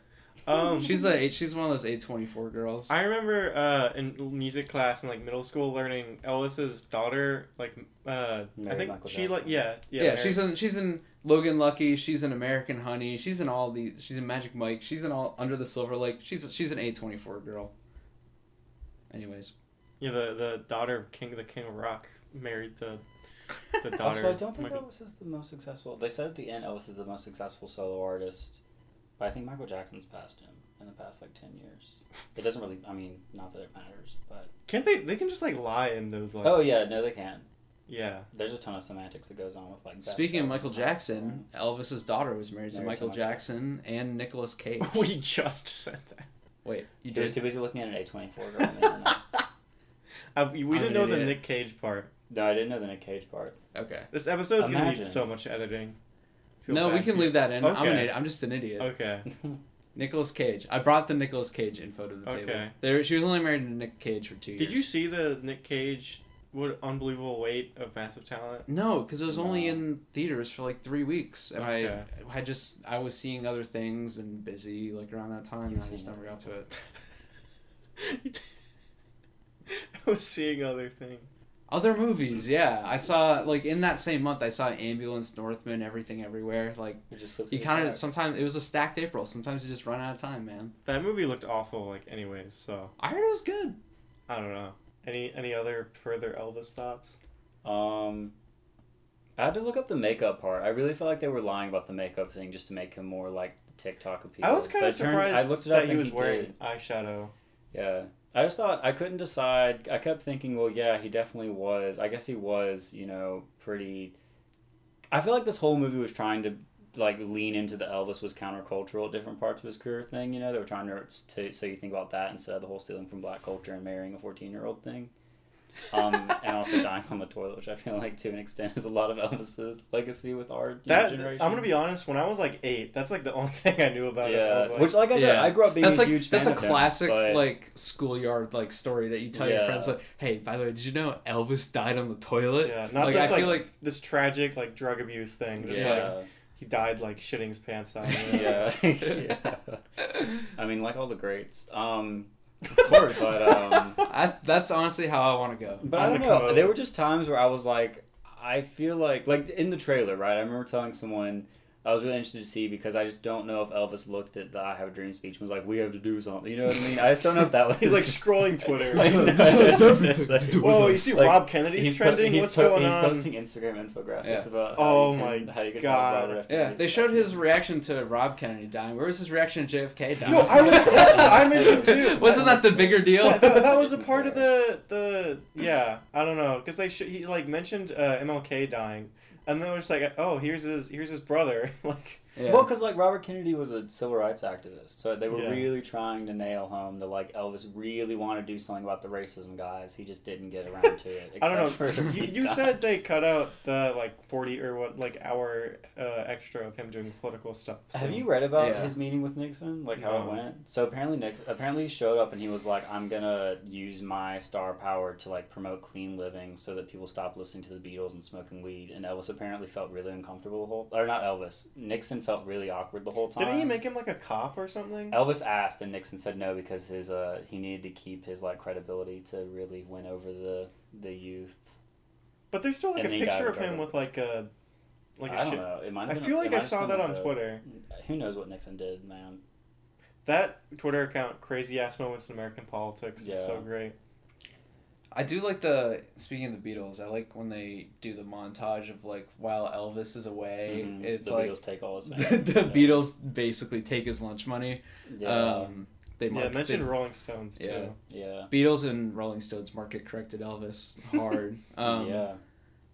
um She's a she's one of those A twenty four girls. I remember uh, in music class in like middle school learning Elvis's daughter like uh, I Mary think Michael she like Jackson. yeah yeah, yeah, Mary- she's in she's in Logan Lucky. She's in American Honey. She's in all these. She's in Magic Mike. She's in all Under the Silver Lake. She's she's an A twenty four girl. Anyways. yeah the the daughter of King the King of Rock married the *laughs* the daughter. Also, I don't think Michael- Elvis is the most successful. They said at the end Elvis is the most successful solo artist. But I think Michael Jackson's passed him in the past like 10 years. It doesn't really, I mean, not that it matters. But. Can't they? They can just like lie in those like Oh, yeah, no, they can. yeah. *laughs* There's a ton of semantics that goes on with like. best Speaking of selling Michael products Jackson, Elvis's daughter was married to Married to Michael Michael. Jackson and Nicolas Cage. *laughs* we just said that. Wait, you and- He was did? too busy looking at an A24 girl. on the *laughs* internet. i we I'm didn't an know the idiot. Nick Cage part. no, I didn't know the Nick Cage part. *laughs* Okay. This episode's gonna Imagine. need so much editing. Feel No, we bad can for you. leave that in. I'm an Okay. idiot. I'm just an idiot. Okay. Nicolas Cage. I brought the Nicolas Cage info to the table. Okay. There, she was only married to Nick Cage for two years. Did you see the Nick Cage? What unbelievable weight of massive talent? *laughs* No, because it was only No. in theaters for like three weeks, and Okay. I had just I was seeing other things and busy like around that time, You've and I just seen never got to *laughs* it. I was seeing other things. Other movies, yeah, I saw like in that same month I saw Ambulance, Northman, Everything Everywhere, like. It just slipped He through kind the of cracks. sometimes it was a stacked April. Sometimes you just run out of time, man. That movie looked awful, like anyways. So I heard it was good. I don't know. Any any other further Elvis thoughts? Um, I had to look up the makeup part. I really felt like they were lying about the makeup thing just to make him more like TikTok appeal. I was kind But of it turned- surprised I looked it up that he and was wearing did. eyeshadow. Yeah. I just thought I couldn't decide. I kept thinking, well, yeah, he definitely was. I guess he was, you know, pretty. I feel like this whole movie was trying to like lean into the Elvis was countercultural at different parts of his career thing. You know, they were trying to, to so you think about that instead of the whole stealing from black culture and marrying a fourteen year old thing. Um, *laughs* and also dying on the toilet, which I feel like to an extent is a lot of Elvis's legacy with our you know, That generation. I'm gonna be honest. When I was like eight, that's like the *laughs* only thing I knew about it. I yeah, was like, which like I said, Yeah. I grew up being that's a like huge. that's a fan of him, classic but- like schoolyard like story that you tell your Yeah. friends like, hey, by the way, did you know Elvis died on the toilet? yeah, not like this I like, feel like this tragic like drug abuse thing. Just yeah. like he died like shitting his pants out. *laughs* yeah, yeah. I mean, like all the greats. Um, of course. but um, *laughs* I, that's honestly how I want to go. but On I the don't know. commode. There were just times where I was like, I feel like like in the trailer, right? I remember telling someone I was really interested to see because I just don't know if Elvis looked at the "I Have a Dream" speech and was like, "We have to do something." You know what I mean? I just don't know if that was He's *laughs* like scrolling Twitter. I *laughs* know. This has everything to It's do *laughs* *laughs* like- Whoa, you see Like, Rob Kennedy's He's put- trending. he's What's po- going he's on? *laughs* posting Instagram infographics Yeah. about how Oh you can, my how you can God. help Robert after yeah, he's they showed his assassinated. reaction to Rob Kennedy dying. Where was his reaction to JFK dying? No, I was. That's what I mentioned too. *laughs* Wasn't that the bigger *laughs* deal? that, that- that was a part of the the yeah I don't know because they sh- he like mentioned uh, MLK dying and then it was like oh here's his here's his brother *laughs* like Yeah. Well, because like Robert Kennedy was a civil rights activist, so they were Yeah. really trying to nail home that like Elvis really wanted to do something about the racism guys. He just didn't get around to it. *laughs* I don't know except *laughs* for you, he you died. said they cut out the like forty or what like hour uh, extra of him doing political stuff. so- Have you read about Yeah. his meeting with Nixon? Like how No. it went? So apparently Nixon apparently he showed up and he was like, I'm gonna use my star power to like promote clean living so that people stop listening to the Beatles and smoking weed and Elvis apparently felt really uncomfortable the whole or not Elvis. Nixon felt really awkward the whole time. Didn't he make him like a cop or something? Elvis asked and Nixon said no because his uh he needed to keep his like credibility to really win over the the youth. But there's still like a And he got picture of drug him with like a like a I don't shit. know. It might have I been- feel it like might I have saw been that like on a- Twitter. Who knows what Nixon did, man. That Twitter account, Crazy Ass Moments in American Politics, Yeah. is so great. I do like the speaking of the Beatles. I like when they do the montage of like while Elvis is away, Mhm. it's the like Beatles *laughs* take *laughs* all his the, fame. the Yeah. Beatles basically take his lunch money. Yeah. Um, they Yeah, market, mention Rolling Stones too. Yeah. yeah. Beatles and Rolling Stones market corrected Elvis *laughs* hard. Um, yeah. *laughs*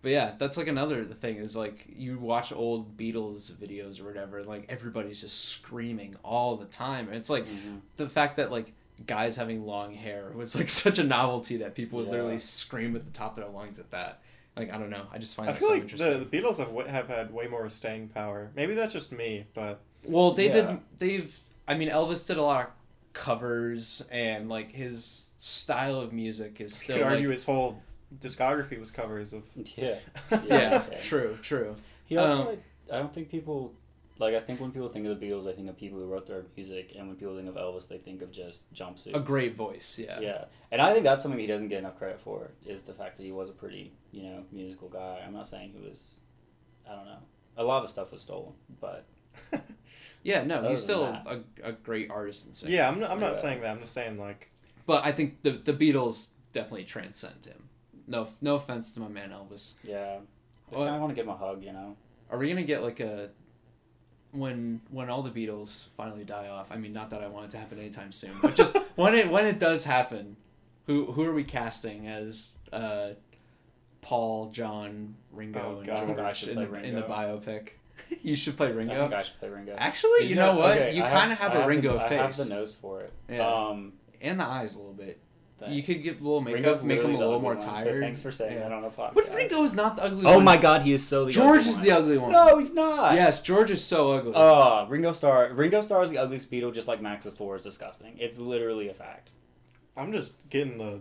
But yeah, that's like another thing is like you watch old Beatles videos or whatever, and like everybody's just screaming all the time. And it's like Mm-hmm. Mhm. the fact that like guys having long hair was like *laughs* such a novelty that people would Yeah. literally scream at the top of their lungs at that. Like I don't know, I just find I that feel so like interesting. the, the Beatles have, wa- have had way more staying power. Maybe that's just me, but Well, they Yeah. did. They've. I mean, Elvis did a lot of covers, and like his style of music is you still. could argue like, his whole discography was covers of. Yeah. *laughs* *laughs* yeah, okay. *laughs* true, true. He also Um, like I don't think people like I think when people think of the Beatles, I think of people who wrote their music, and when people think of Elvis, they think of just jumpsuits. A great voice, yeah. Yeah, and I think that's something he doesn't get enough credit for is the fact that he was a pretty you know musical guy. I'm not saying he was, I don't know. A lot of his stuff was stolen, but Yeah, no, Other he's than still that. a, a great artist and singer. yeah, I'm not, I'm not Yeah. saying that. I'm just saying like But I think the the Beatles definitely transcend him. No, no offense to my man Elvis. yeah, just Well- kind of want to give him a hug, you know. Are we gonna get like a when when all the Beatles finally die off? I mean, not that I want it to happen anytime soon, but *laughs* just when it when it does happen, who who are we casting as uh, Paul, John, Oh, Ringo, God. I and think I George should in play the, in the Ringo. *laughs* biopic? you should play I Ringo. think I should play Ringo. Actually, you know what? you kind of have, a a Ringo the, I have face the nose for it. Yeah. Um, and the eyes a little bit. You thanks. could give a little makeup, Ringo's make him a literally the little ugly more one, so tired. thanks for saying Yeah. that on a podcast. What if Ringo is not the ugly Oh one? my God, he is so the. George ugly is one. the ugly one. No, he's not. Yes, George is so ugly. Oh, Ringo Starr. Ringo Starr is the ugliest beetle, just like Max's floor is disgusting. It's literally a fact. I'm just getting the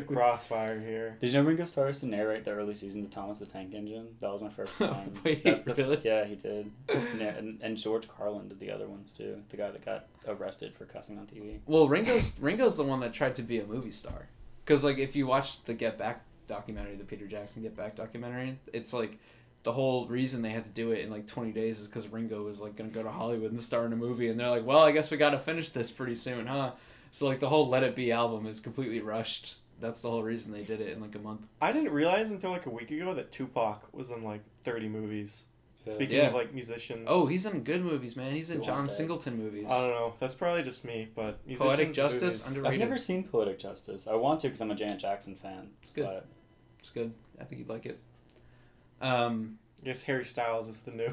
*laughs* crossfire here. Did you know Ringo Starr used to narrate the early seasons of Thomas the Tank Engine? That was *laughs* my first one. Wait, That's the, really? Yeah, *laughs* he did. Na- and, and George Carlin did the other ones too. The guy that got arrested for cussing on TV. Well, Ringo's Ringo's the one that tried to be a movie star. Because like if you watch the Get Back documentary, the Peter Jackson Get Back documentary, it's like the whole reason they had to do it in like 20 days is because Ringo was like gonna go to Hollywood and star in a movie, and they're like, well, I guess we gotta finish this pretty soon, huh? So like the whole Let It Be album is completely rushed. That's the whole reason they did it in like a month. I didn't realize until like a week ago that Tupac was in like 30 movies. Speaking Yeah. of like musicians, Oh, he's in good movies, man. He's in Who John aren't they? Singleton movies. I don't know. That's probably just me, but Uh, musicians, Poetic Justice, movies. underrated. I've never seen Poetic Justice. I want to because I'm a Janet Jackson fan. It's good. But It's good. I think you'd like it. Um, I guess Harry Styles is *laughs* the new.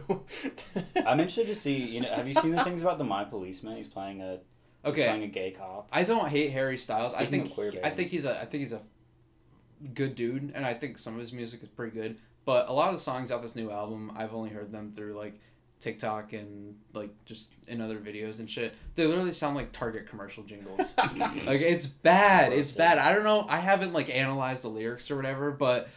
I'm interested to see. You know, have you seen the things about the My Policeman? He's playing a he's Okay, playing a gay cop. I don't hate Harry Styles. I Speaking think of queer he- I baiting. think he's a I think he's a good dude, and I think some of his music is pretty good. But a lot of the songs off this new album, I've only heard them through like TikTok and like just in other videos and shit. They literally sound like Target commercial *laughs* jingles. like it's bad. It's Roasted. bad. I don't know. I haven't like analyzed the lyrics or whatever, but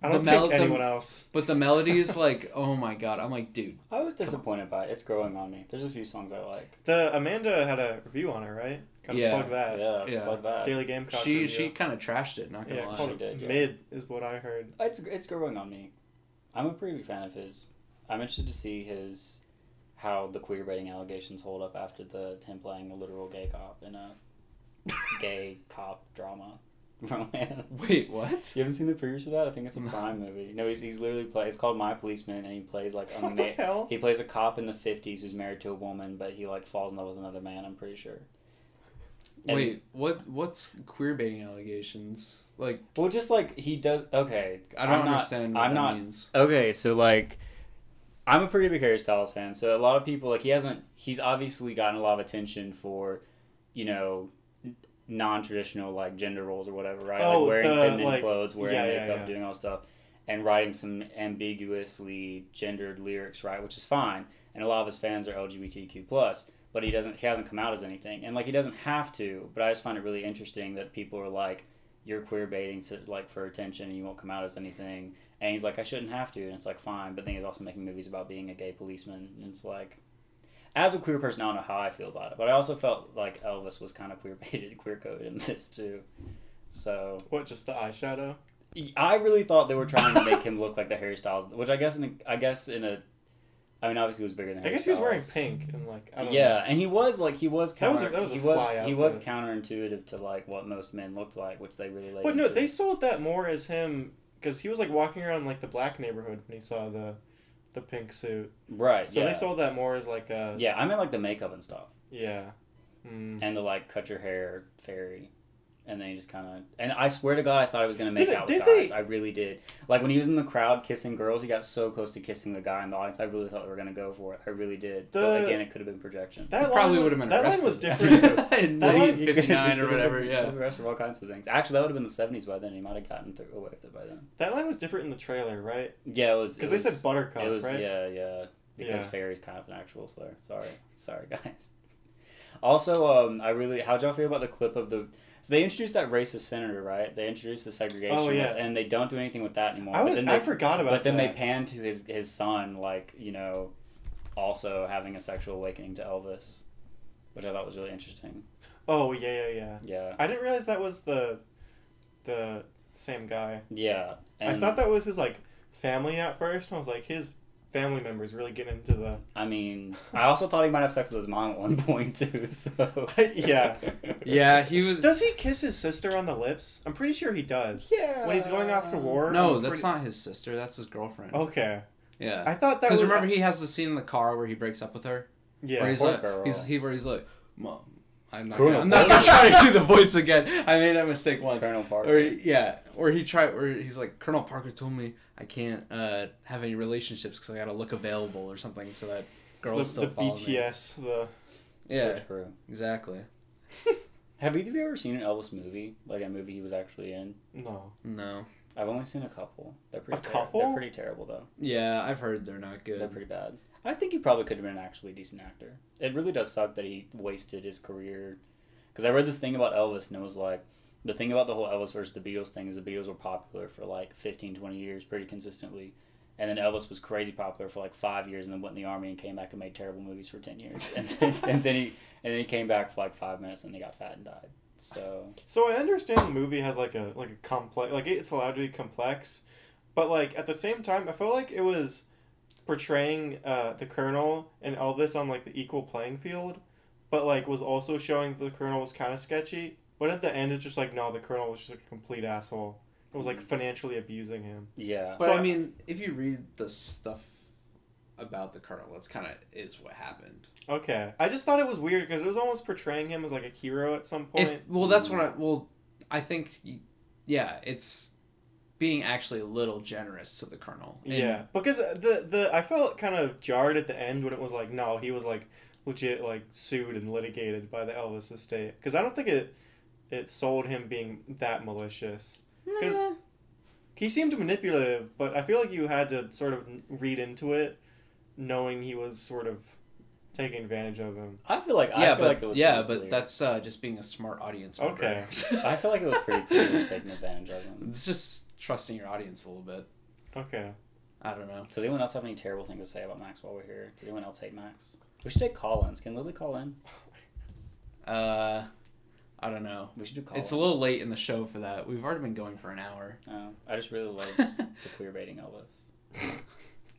I The don't mel- think the- anyone else. but the melody is like, *laughs* oh my god. I'm like, dude, I was disappointed by it. It's growing on me. There's a few songs I like. The Amanda had a review on it, right? Gotta Yeah. plug that. Yeah, Yeah. like that. Daily Gamecock she review. she kind of trashed it. Not gonna yeah, lie. called She did, yeah. mid is what I heard. It's it's growing on me. I'm a pretty big fan of his. I'm interested to see his how the queer baiting allegations hold up after the him playing a literal gay cop *laughs* in a gay cop drama *laughs* romance. Wait, what? You haven't seen the previews of that? I think it's a No. crime movie. No, he's, he's literally play. It's called My Policeman, and he plays like a What the ma- hell? he plays a cop in the '50s who's married to a woman, but he like falls in love with another man. I'm pretty sure. And- Wait, what? What's queer baiting allegations? Like, Well, just like he does. Okay, I don't I'm not- understand what I'm that not means. Okay, so like, I'm a pretty big Harry Styles fan. So a lot of people like he hasn't. He's obviously gotten a lot of attention for, you know, n- non-traditional like gender roles or whatever, right? Oh, like wearing the, feminine like- clothes, wearing yeah, yeah, makeup, yeah. doing all stuff, and writing some ambiguously gendered lyrics, right? Which is fine. And a lot of his fans are LGBTQ plus, but he doesn't. He hasn't come out as anything, and like he doesn't have to. But I just find it really interesting that people are like, "You're queer baiting to like for attention, and you won't come out as anything." And he's like, I shouldn't have to. And it's like, fine. But then he's also making movies about being a gay policeman. And it's like, as a queer person, I don't know how I feel about it. But I also felt like Elvis was kind of queer *laughs* baited, queer coded in this too. So What, just the eyeshadow? I really thought they were trying to make him look like the Harry Styles, which I guess in a, I guess in a, I mean, obviously he was bigger than I Harry guess he was wearing Styles. pink and like I don't Yeah, and he was like he was That was counter a- that was a he was fly he was outfit. counterintuitive to like what most men looked like, which they really know. like. But no, they sold that more as him because he was like walking around like the black neighborhood when he saw the the pink suit. right. So yeah. they sold that more as like a yeah, I meant like the makeup and stuff. yeah. Mm. and the like cut your hair fairy and then he just kind of and i swear to god i thought i was going to Did make it- out with did guys they- i really did like when he was in the crowd kissing girls he got so close to kissing the guy in the audience i really thought they were going to go for it i really did but The- again it could have been *laughs* projection It That probably line- would have been that arrested. line *laughs* was different. in That line- 1959 You or could've whatever. been Yeah. arrested for all kinds of things actually that would have been the 70s by then he might have gotten oh, th- away with it by then that line was different in the trailer, right? yeah it was Because it they said was- buttercup, it was right? yeah yeah because Yeah. fairy's kind of an actual slur sorry sorry guys *laughs* also um i really how'd y'all feel about the clip of the so they introduced that racist senator right they introduced the segregation Oh, yeah. and they don't do anything with that anymore I was, but then I they, forgot about. but then that. they pan to his his son like you know also having a sexual awakening to elvis which i thought was really interesting Oh yeah, yeah, yeah. yeah I didn't realize that was the the same guy. yeah and I thought that was his like family at first. And I was like, his family members really get into *laughs* the. i mean i also thought he might have sex with his mom at one *laughs* point too so *laughs* Yeah. Yeah, he was. *laughs* Does he kiss his sister on the lips? I'm pretty sure he does. Yeah. When he's going off to war. No, I'm that's pretty- not his sister. That's his girlfriend. Okay, Yeah. I thought that. Because was remember, he has the scene in the car where he breaks up with her. yeah. Where he's poor like, girl. he's he where he's like, mom. I'm not. Gonna, Colonel I'm not gonna Parker. try to do the voice again. I made that mistake once. Colonel Parker. Or yeah, or he tried. Or he's like, Colonel Parker told me I can't uh, have any relationships because I gotta look available or something so that It's girls still the, the follow me. BTS. The Yeah. So true. Exactly. Have either of you ever seen an Elvis movie? Like a movie he was actually in? no. No. I've only seen a couple. They're pretty A ter- couple? They're pretty terrible though. Yeah, I've heard they're not They're good. pretty bad. I think he probably could have been an actually decent actor. It really does suck that he wasted his career. Because I read this thing about Elvis and it was like, the thing about the whole Elvis versus the Beatles thing is the Beatles were popular for like 15, 20 years pretty consistently. And then Elvis was crazy popular for like five years and then went in the army and came back and made terrible movies for 10 years. *laughs* And then, and then he and then he came back for like five minutes and he got fat and died. So. So I understand the movie has like a like a complex like it's allowed to be complex, but like at the same time I felt like it was portraying uh, the Colonel and Elvis on like the equal playing field, but like was also showing that the Colonel was kind of sketchy. But at the end it's just like no, the Colonel was just a complete asshole. It was Mm-hmm. like financially abusing him. Yeah. But So- I mean, if you read the stuff about the colonel, that's kind of is what happened. Okay, I just thought it was weird because it was almost portraying him as like a hero at some point. If well, that's what I well, I think y- yeah, it's being actually a little generous to the colonel. And yeah, because the the I felt kind of jarred at the end when it was like, no, he was like legit like sued and litigated by the Elvis estate because I don't think it it sold him being that malicious. Nah. He seemed manipulative, but I feel like you had to sort of read into it, knowing he was sort of taking advantage of him. I feel like I yeah, feel but like it was yeah, pretty but clear. that's uh, just being a smart audience. Member. *laughs* Okay. I feel like it was pretty clear he was taking advantage of him. It's just trusting your audience a little bit. Okay. I don't know. Does anyone else have any terrible things to say about Max while we're here? Does anyone else hate Max? We should take call-ins. Can Lily call in? Uh, I don't know. We should do call-ins. It's a little late in the show for that. We've already been going for an hour. Oh, I just really *laughs* loved the queer baiting Elvis.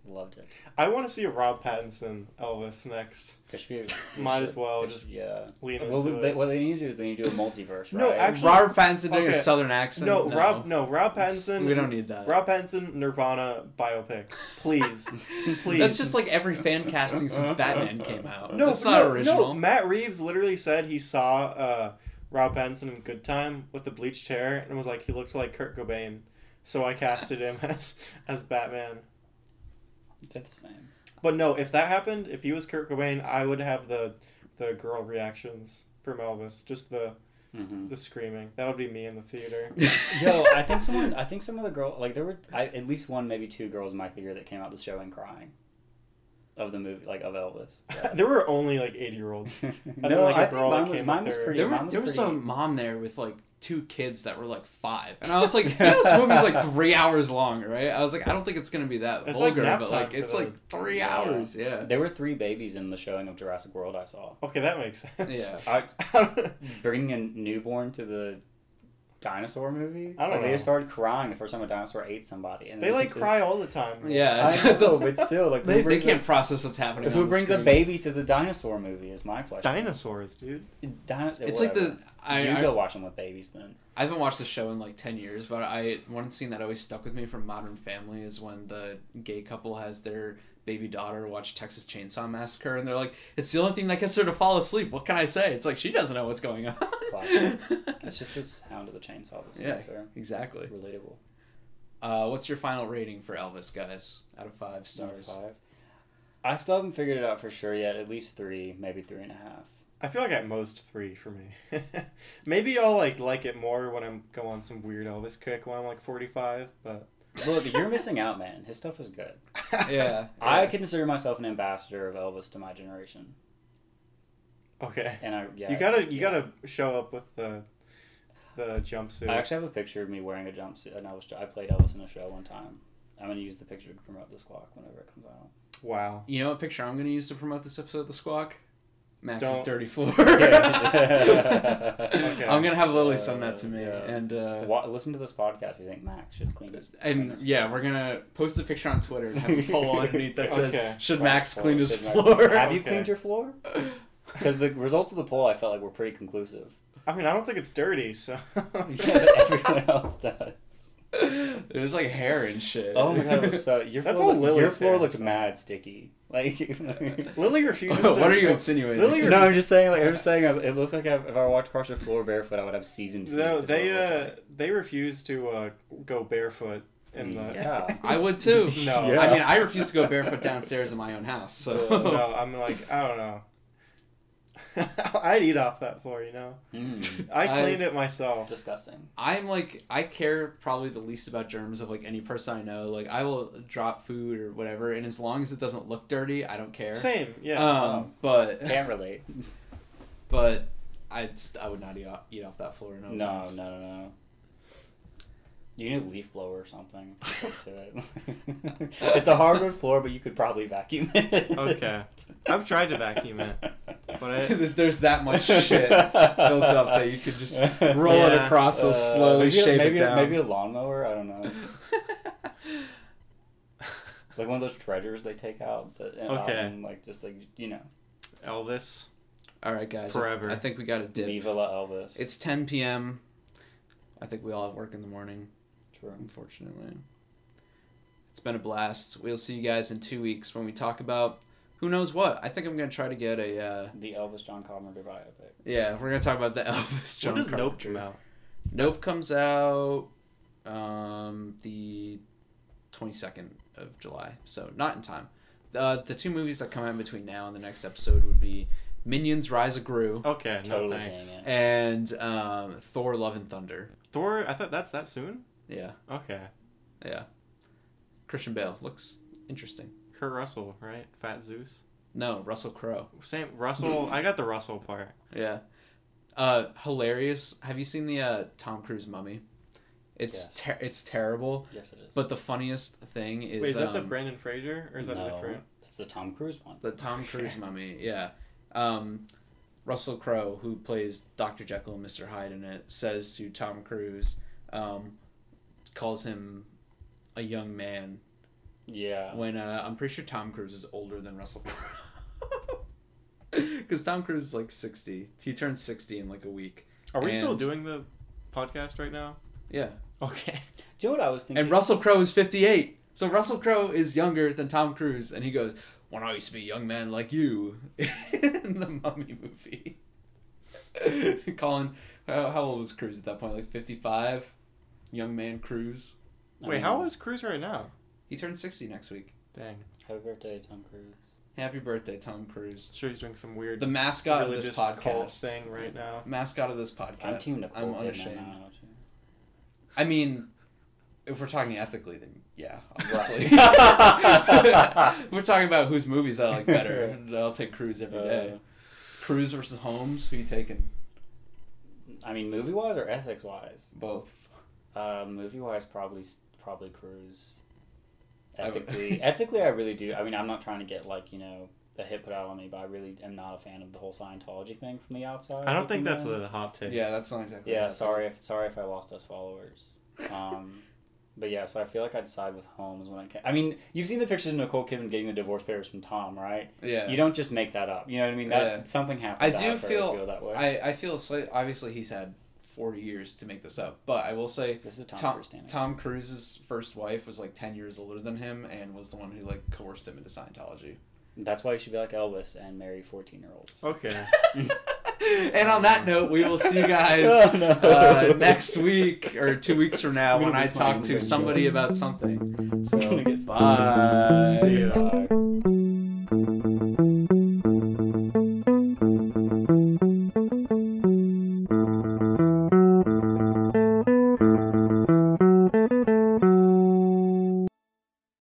loved it. I want to see a Rob Pattinson Elvis next. There should be a- we Might should- as well there just should- yeah. lean Well, into they, it. what they need to do is they need to do a multiverse, No, right? actually- Robert Pattinson doing a okay. southern accent. No, Rob. No, Rob Pattinson. We don't need that. Rob Pattinson Nirvana biopic, *laughs* please. *laughs* please. That's just like every fan casting since Batman came out. no, it's not no, No, original. Matt Reeves literally said he saw uh, Rob Pattinson in Good Time with the bleached hair and was like, he looked like Kurt Cobain, so I casted him *laughs* as as Batman. *laughs* They're the same. But no, if that happened, if he was Kurt Cobain, I would have the the girl reactions from Elvis, just the Mm-hmm. the screaming. That would be me in the theater. *laughs* *laughs* Yo, I think someone, I think some of the girl, like there were I, at least one, maybe two girls in my theater that came out the show and crying, of the movie, like of Elvis. *laughs* there were only like eight year olds. *laughs* no, then, like, a I think girl that mine was, came mine up was there- pretty. there were, mine was there was a pretty, mom there with like two kids that were like five, and I was like, you know, this movie's *laughs* like three hours long, right? I was like, I don't think it's gonna be that It's like vulgar, nap but time like for it's them. like three Yeah. hours, yeah. There were three babies in the showing of Jurassic World. I saw. Okay, that makes sense. Yeah. I, *laughs* I bringing a newborn to the dinosaur movie. I don't like, They know. just started crying the first time a dinosaur ate somebody. And They then like just- cry all the time. Yeah, I know, Those- but still, like they, who they brings, can't process what's happening. a, who on the brings a screen. baby to the dinosaur movie? Is my question. Dinosaurs, dude. Dino- It's like the I, you I go watch them with babies then. I haven't watched the show in like ten years, but I one scene that always stuck with me from Modern Family is when the gay couple has their baby daughter watch Texas Chainsaw Massacre, and they're like, "It's the only thing that gets her to fall asleep." What can I say? It's like she doesn't know what's going on. Classic. It's just the sound of the chainsaw. This Yeah. yeah. are *laughs* exactly. relatable. Uh, what's your final rating for Elvis, guys? Out of five Number stars. five. I still haven't figured it out for sure yet. At least three, maybe three and a half. I feel like at most three for me. *laughs* Maybe I'll like like it more when I'm go on some weird Elvis kick when I'm like 45. But Look, you're missing out, man. His stuff is good. *laughs* yeah, *laughs* I yeah. consider myself an ambassador of Elvis to my generation, *laughs* okay, and I yeah. you gotta you gotta show up with the the jumpsuit. I actually have a picture of me wearing a jumpsuit, and I was I played Elvis in a show one time. I'm gonna use the picture to promote this clock whenever it comes out. *laughs* wow. You know what picture I'm gonna use to promote this episode of the Squawk? Max's Don't. dirty floor. *laughs* Yeah. *laughs* Okay. I'm gonna have Lily send that to me, Yeah. and uh, Wa- listen to this podcast. You think Max should clean his clean And his yeah, we're gonna post a picture on Twitter and *laughs* have a poll underneath that says, Okay. "Should Max Floor, clean his should Max- floor?" Have you Okay. cleaned *laughs* your floor? Because the results of the poll, I felt like were *laughs* pretty conclusive. *laughs* I mean, I don't think it's dirty, so *laughs* Everyone else does. *laughs* it was like hair and shit. Oh my god, it was so your That's floor. all Looked, your Lily's floor there, looked so. mad sticky. Like, *laughs* Lily refuses. to *laughs* *laughs* what are you insinuating? Lily- no, I'm just saying. Like, I'm just saying. It looks like if I walked across your floor barefoot, I would have seasoned. Feet, No, is what it they looked uh they refuse to uh go barefoot in the. *laughs* like. yeah. I would *laughs* too. No. I mean, I refuse to go barefoot downstairs in my own house. So *laughs* no, I'm like I don't know. *laughs* I'd eat off that floor, you know. *laughs* Mm, I I- cleaned it myself. disgusting. *laughs* I'm like, I care probably the least about germs of like any person I know. Like, I will drop food or whatever, and as long as it doesn't look dirty, I don't care. Same, yeah. Um, but Can't *laughs* relate. but I'd st- I would not eat off, eat off that floor. No, No, offense. no, no, no. You need a leaf blower or something *laughs* to it. it's a hardwood floor, but you could probably vacuum it. Okay. I've tried to vacuum it, but *laughs* I, There's that much shit. built up that you could just roll it Yeah. across and slowly Uh, maybe, a- shape maybe, it a- down. Maybe a lawnmower. I don't know. Like one of those treasures they take out. That, and out Okay. and, like just like you know, Elvis. *laughs* all right, guys. Forever. I think we got a dip. Viva la Elvis. It's 10 p.m. I think we all have work in the morning, true. unfortunately. It's been a blast. We'll see you guys in two weeks when we talk about who knows what. I think I'm gonna try to get a. Uh, The Elvis John Carpenter biopic. yeah, we're gonna talk about the *laughs* Elvis. John when does Nope Carpenter. come out? Nope comes out um, the 22nd of July, so not in time. Uh, the two movies that come out in between now and the next episode would be Minions: Rise of Gru Okay, no Totally thanks. seeing it. and um, Thor: Love and Thunder. Thor, I thought that's that soon. Yeah, Okay, yeah. Christian Bale looks interesting. Kurt Russell, right? Fat Zeus. No, Russell Crowe. Sam Russell. I got the Russell part. Yeah. Uh, hilarious. Have you seen the uh, Tom Cruise Mummy? It's Yes. ter- it's terrible, Yes, it is. but the funniest thing is Wait, is that the um, Brandon Fraser or is that no, a different? That's the Tom Cruise one. the Tom Cruise Mummy. Yeah. Um, Russell Crowe, who plays Dr. Jekyll and Mr. Hyde in it, says to Tom Cruise, um, calls him a young man Yeah. when uh, I'm pretty sure Tom Cruise is older than Russell Crowe. *laughs* Because Tom Cruise is like 60. He turned 60 in like a week. Are we still and- doing the podcast right now? Yeah. Okay. Do you know what I was thinking? And Russell Crowe is 58. So Russell Crowe is younger than Tom Cruise. And he goes, When I used to be a young man like you *laughs* in the Mummy movie. *laughs* Colin, how, how old was Cruise at that point? Like 55? Young man Cruise? I Wait, mean, how old is Cruz right now? He turned 60 next week. Dang. Happy birthday, Tom Cruise. Happy birthday, Tom Cruise. Sure, he's doing some weird The mascot of this religious cult podcast. thing right now. Mascot of this podcast. I'm Team Nicole. I'm Kidman, unashamed. I don't know what you- I mean, if we're talking ethically, then yeah, *laughs* obviously. *laughs* Right. we're talking about whose movies I like better. and I'll take Cruise every day. Uh, Cruise versus Holmes. Who you taking? I mean, movie wise or ethics wise? Both. Uh, movie wise, probably probably Cruise. I would- *laughs* Ethically, ethically, I really do. I mean, I'm not trying to get like you know a hit put out on me, but I really am not a fan of the whole Scientology thing from the outside. I don't think that's looking in. a hot take. Yeah, that's not exactly. Yeah, what I *laughs* sorry if sorry if I lost us followers. Um, but yeah, so I feel like I'd side with Holmes when I can. I mean, you've seen the pictures of Nicole Kidman getting the divorce papers from Tom, right? thought. Yeah. You don't just make that up. You know what I mean? That Yeah. something happened. I to do have her to feel- feel that way. I I feel slight, obviously he's had forty years to make this up, but I will say this is a Tom, Tom Cruise standard. Tom Cruise's first wife was like ten years older than him and was the one who like coerced him into Scientology. That's why you should be like Elvis and marry fourteen-year-olds. Okay. *laughs* and on that note, we will see you guys. *laughs* Oh, no. uh, next week or two weeks from now I'm gonna when I lose my talk to revenge. *laughs* somebody about something. So, gonna get- bye. See ya. Bye.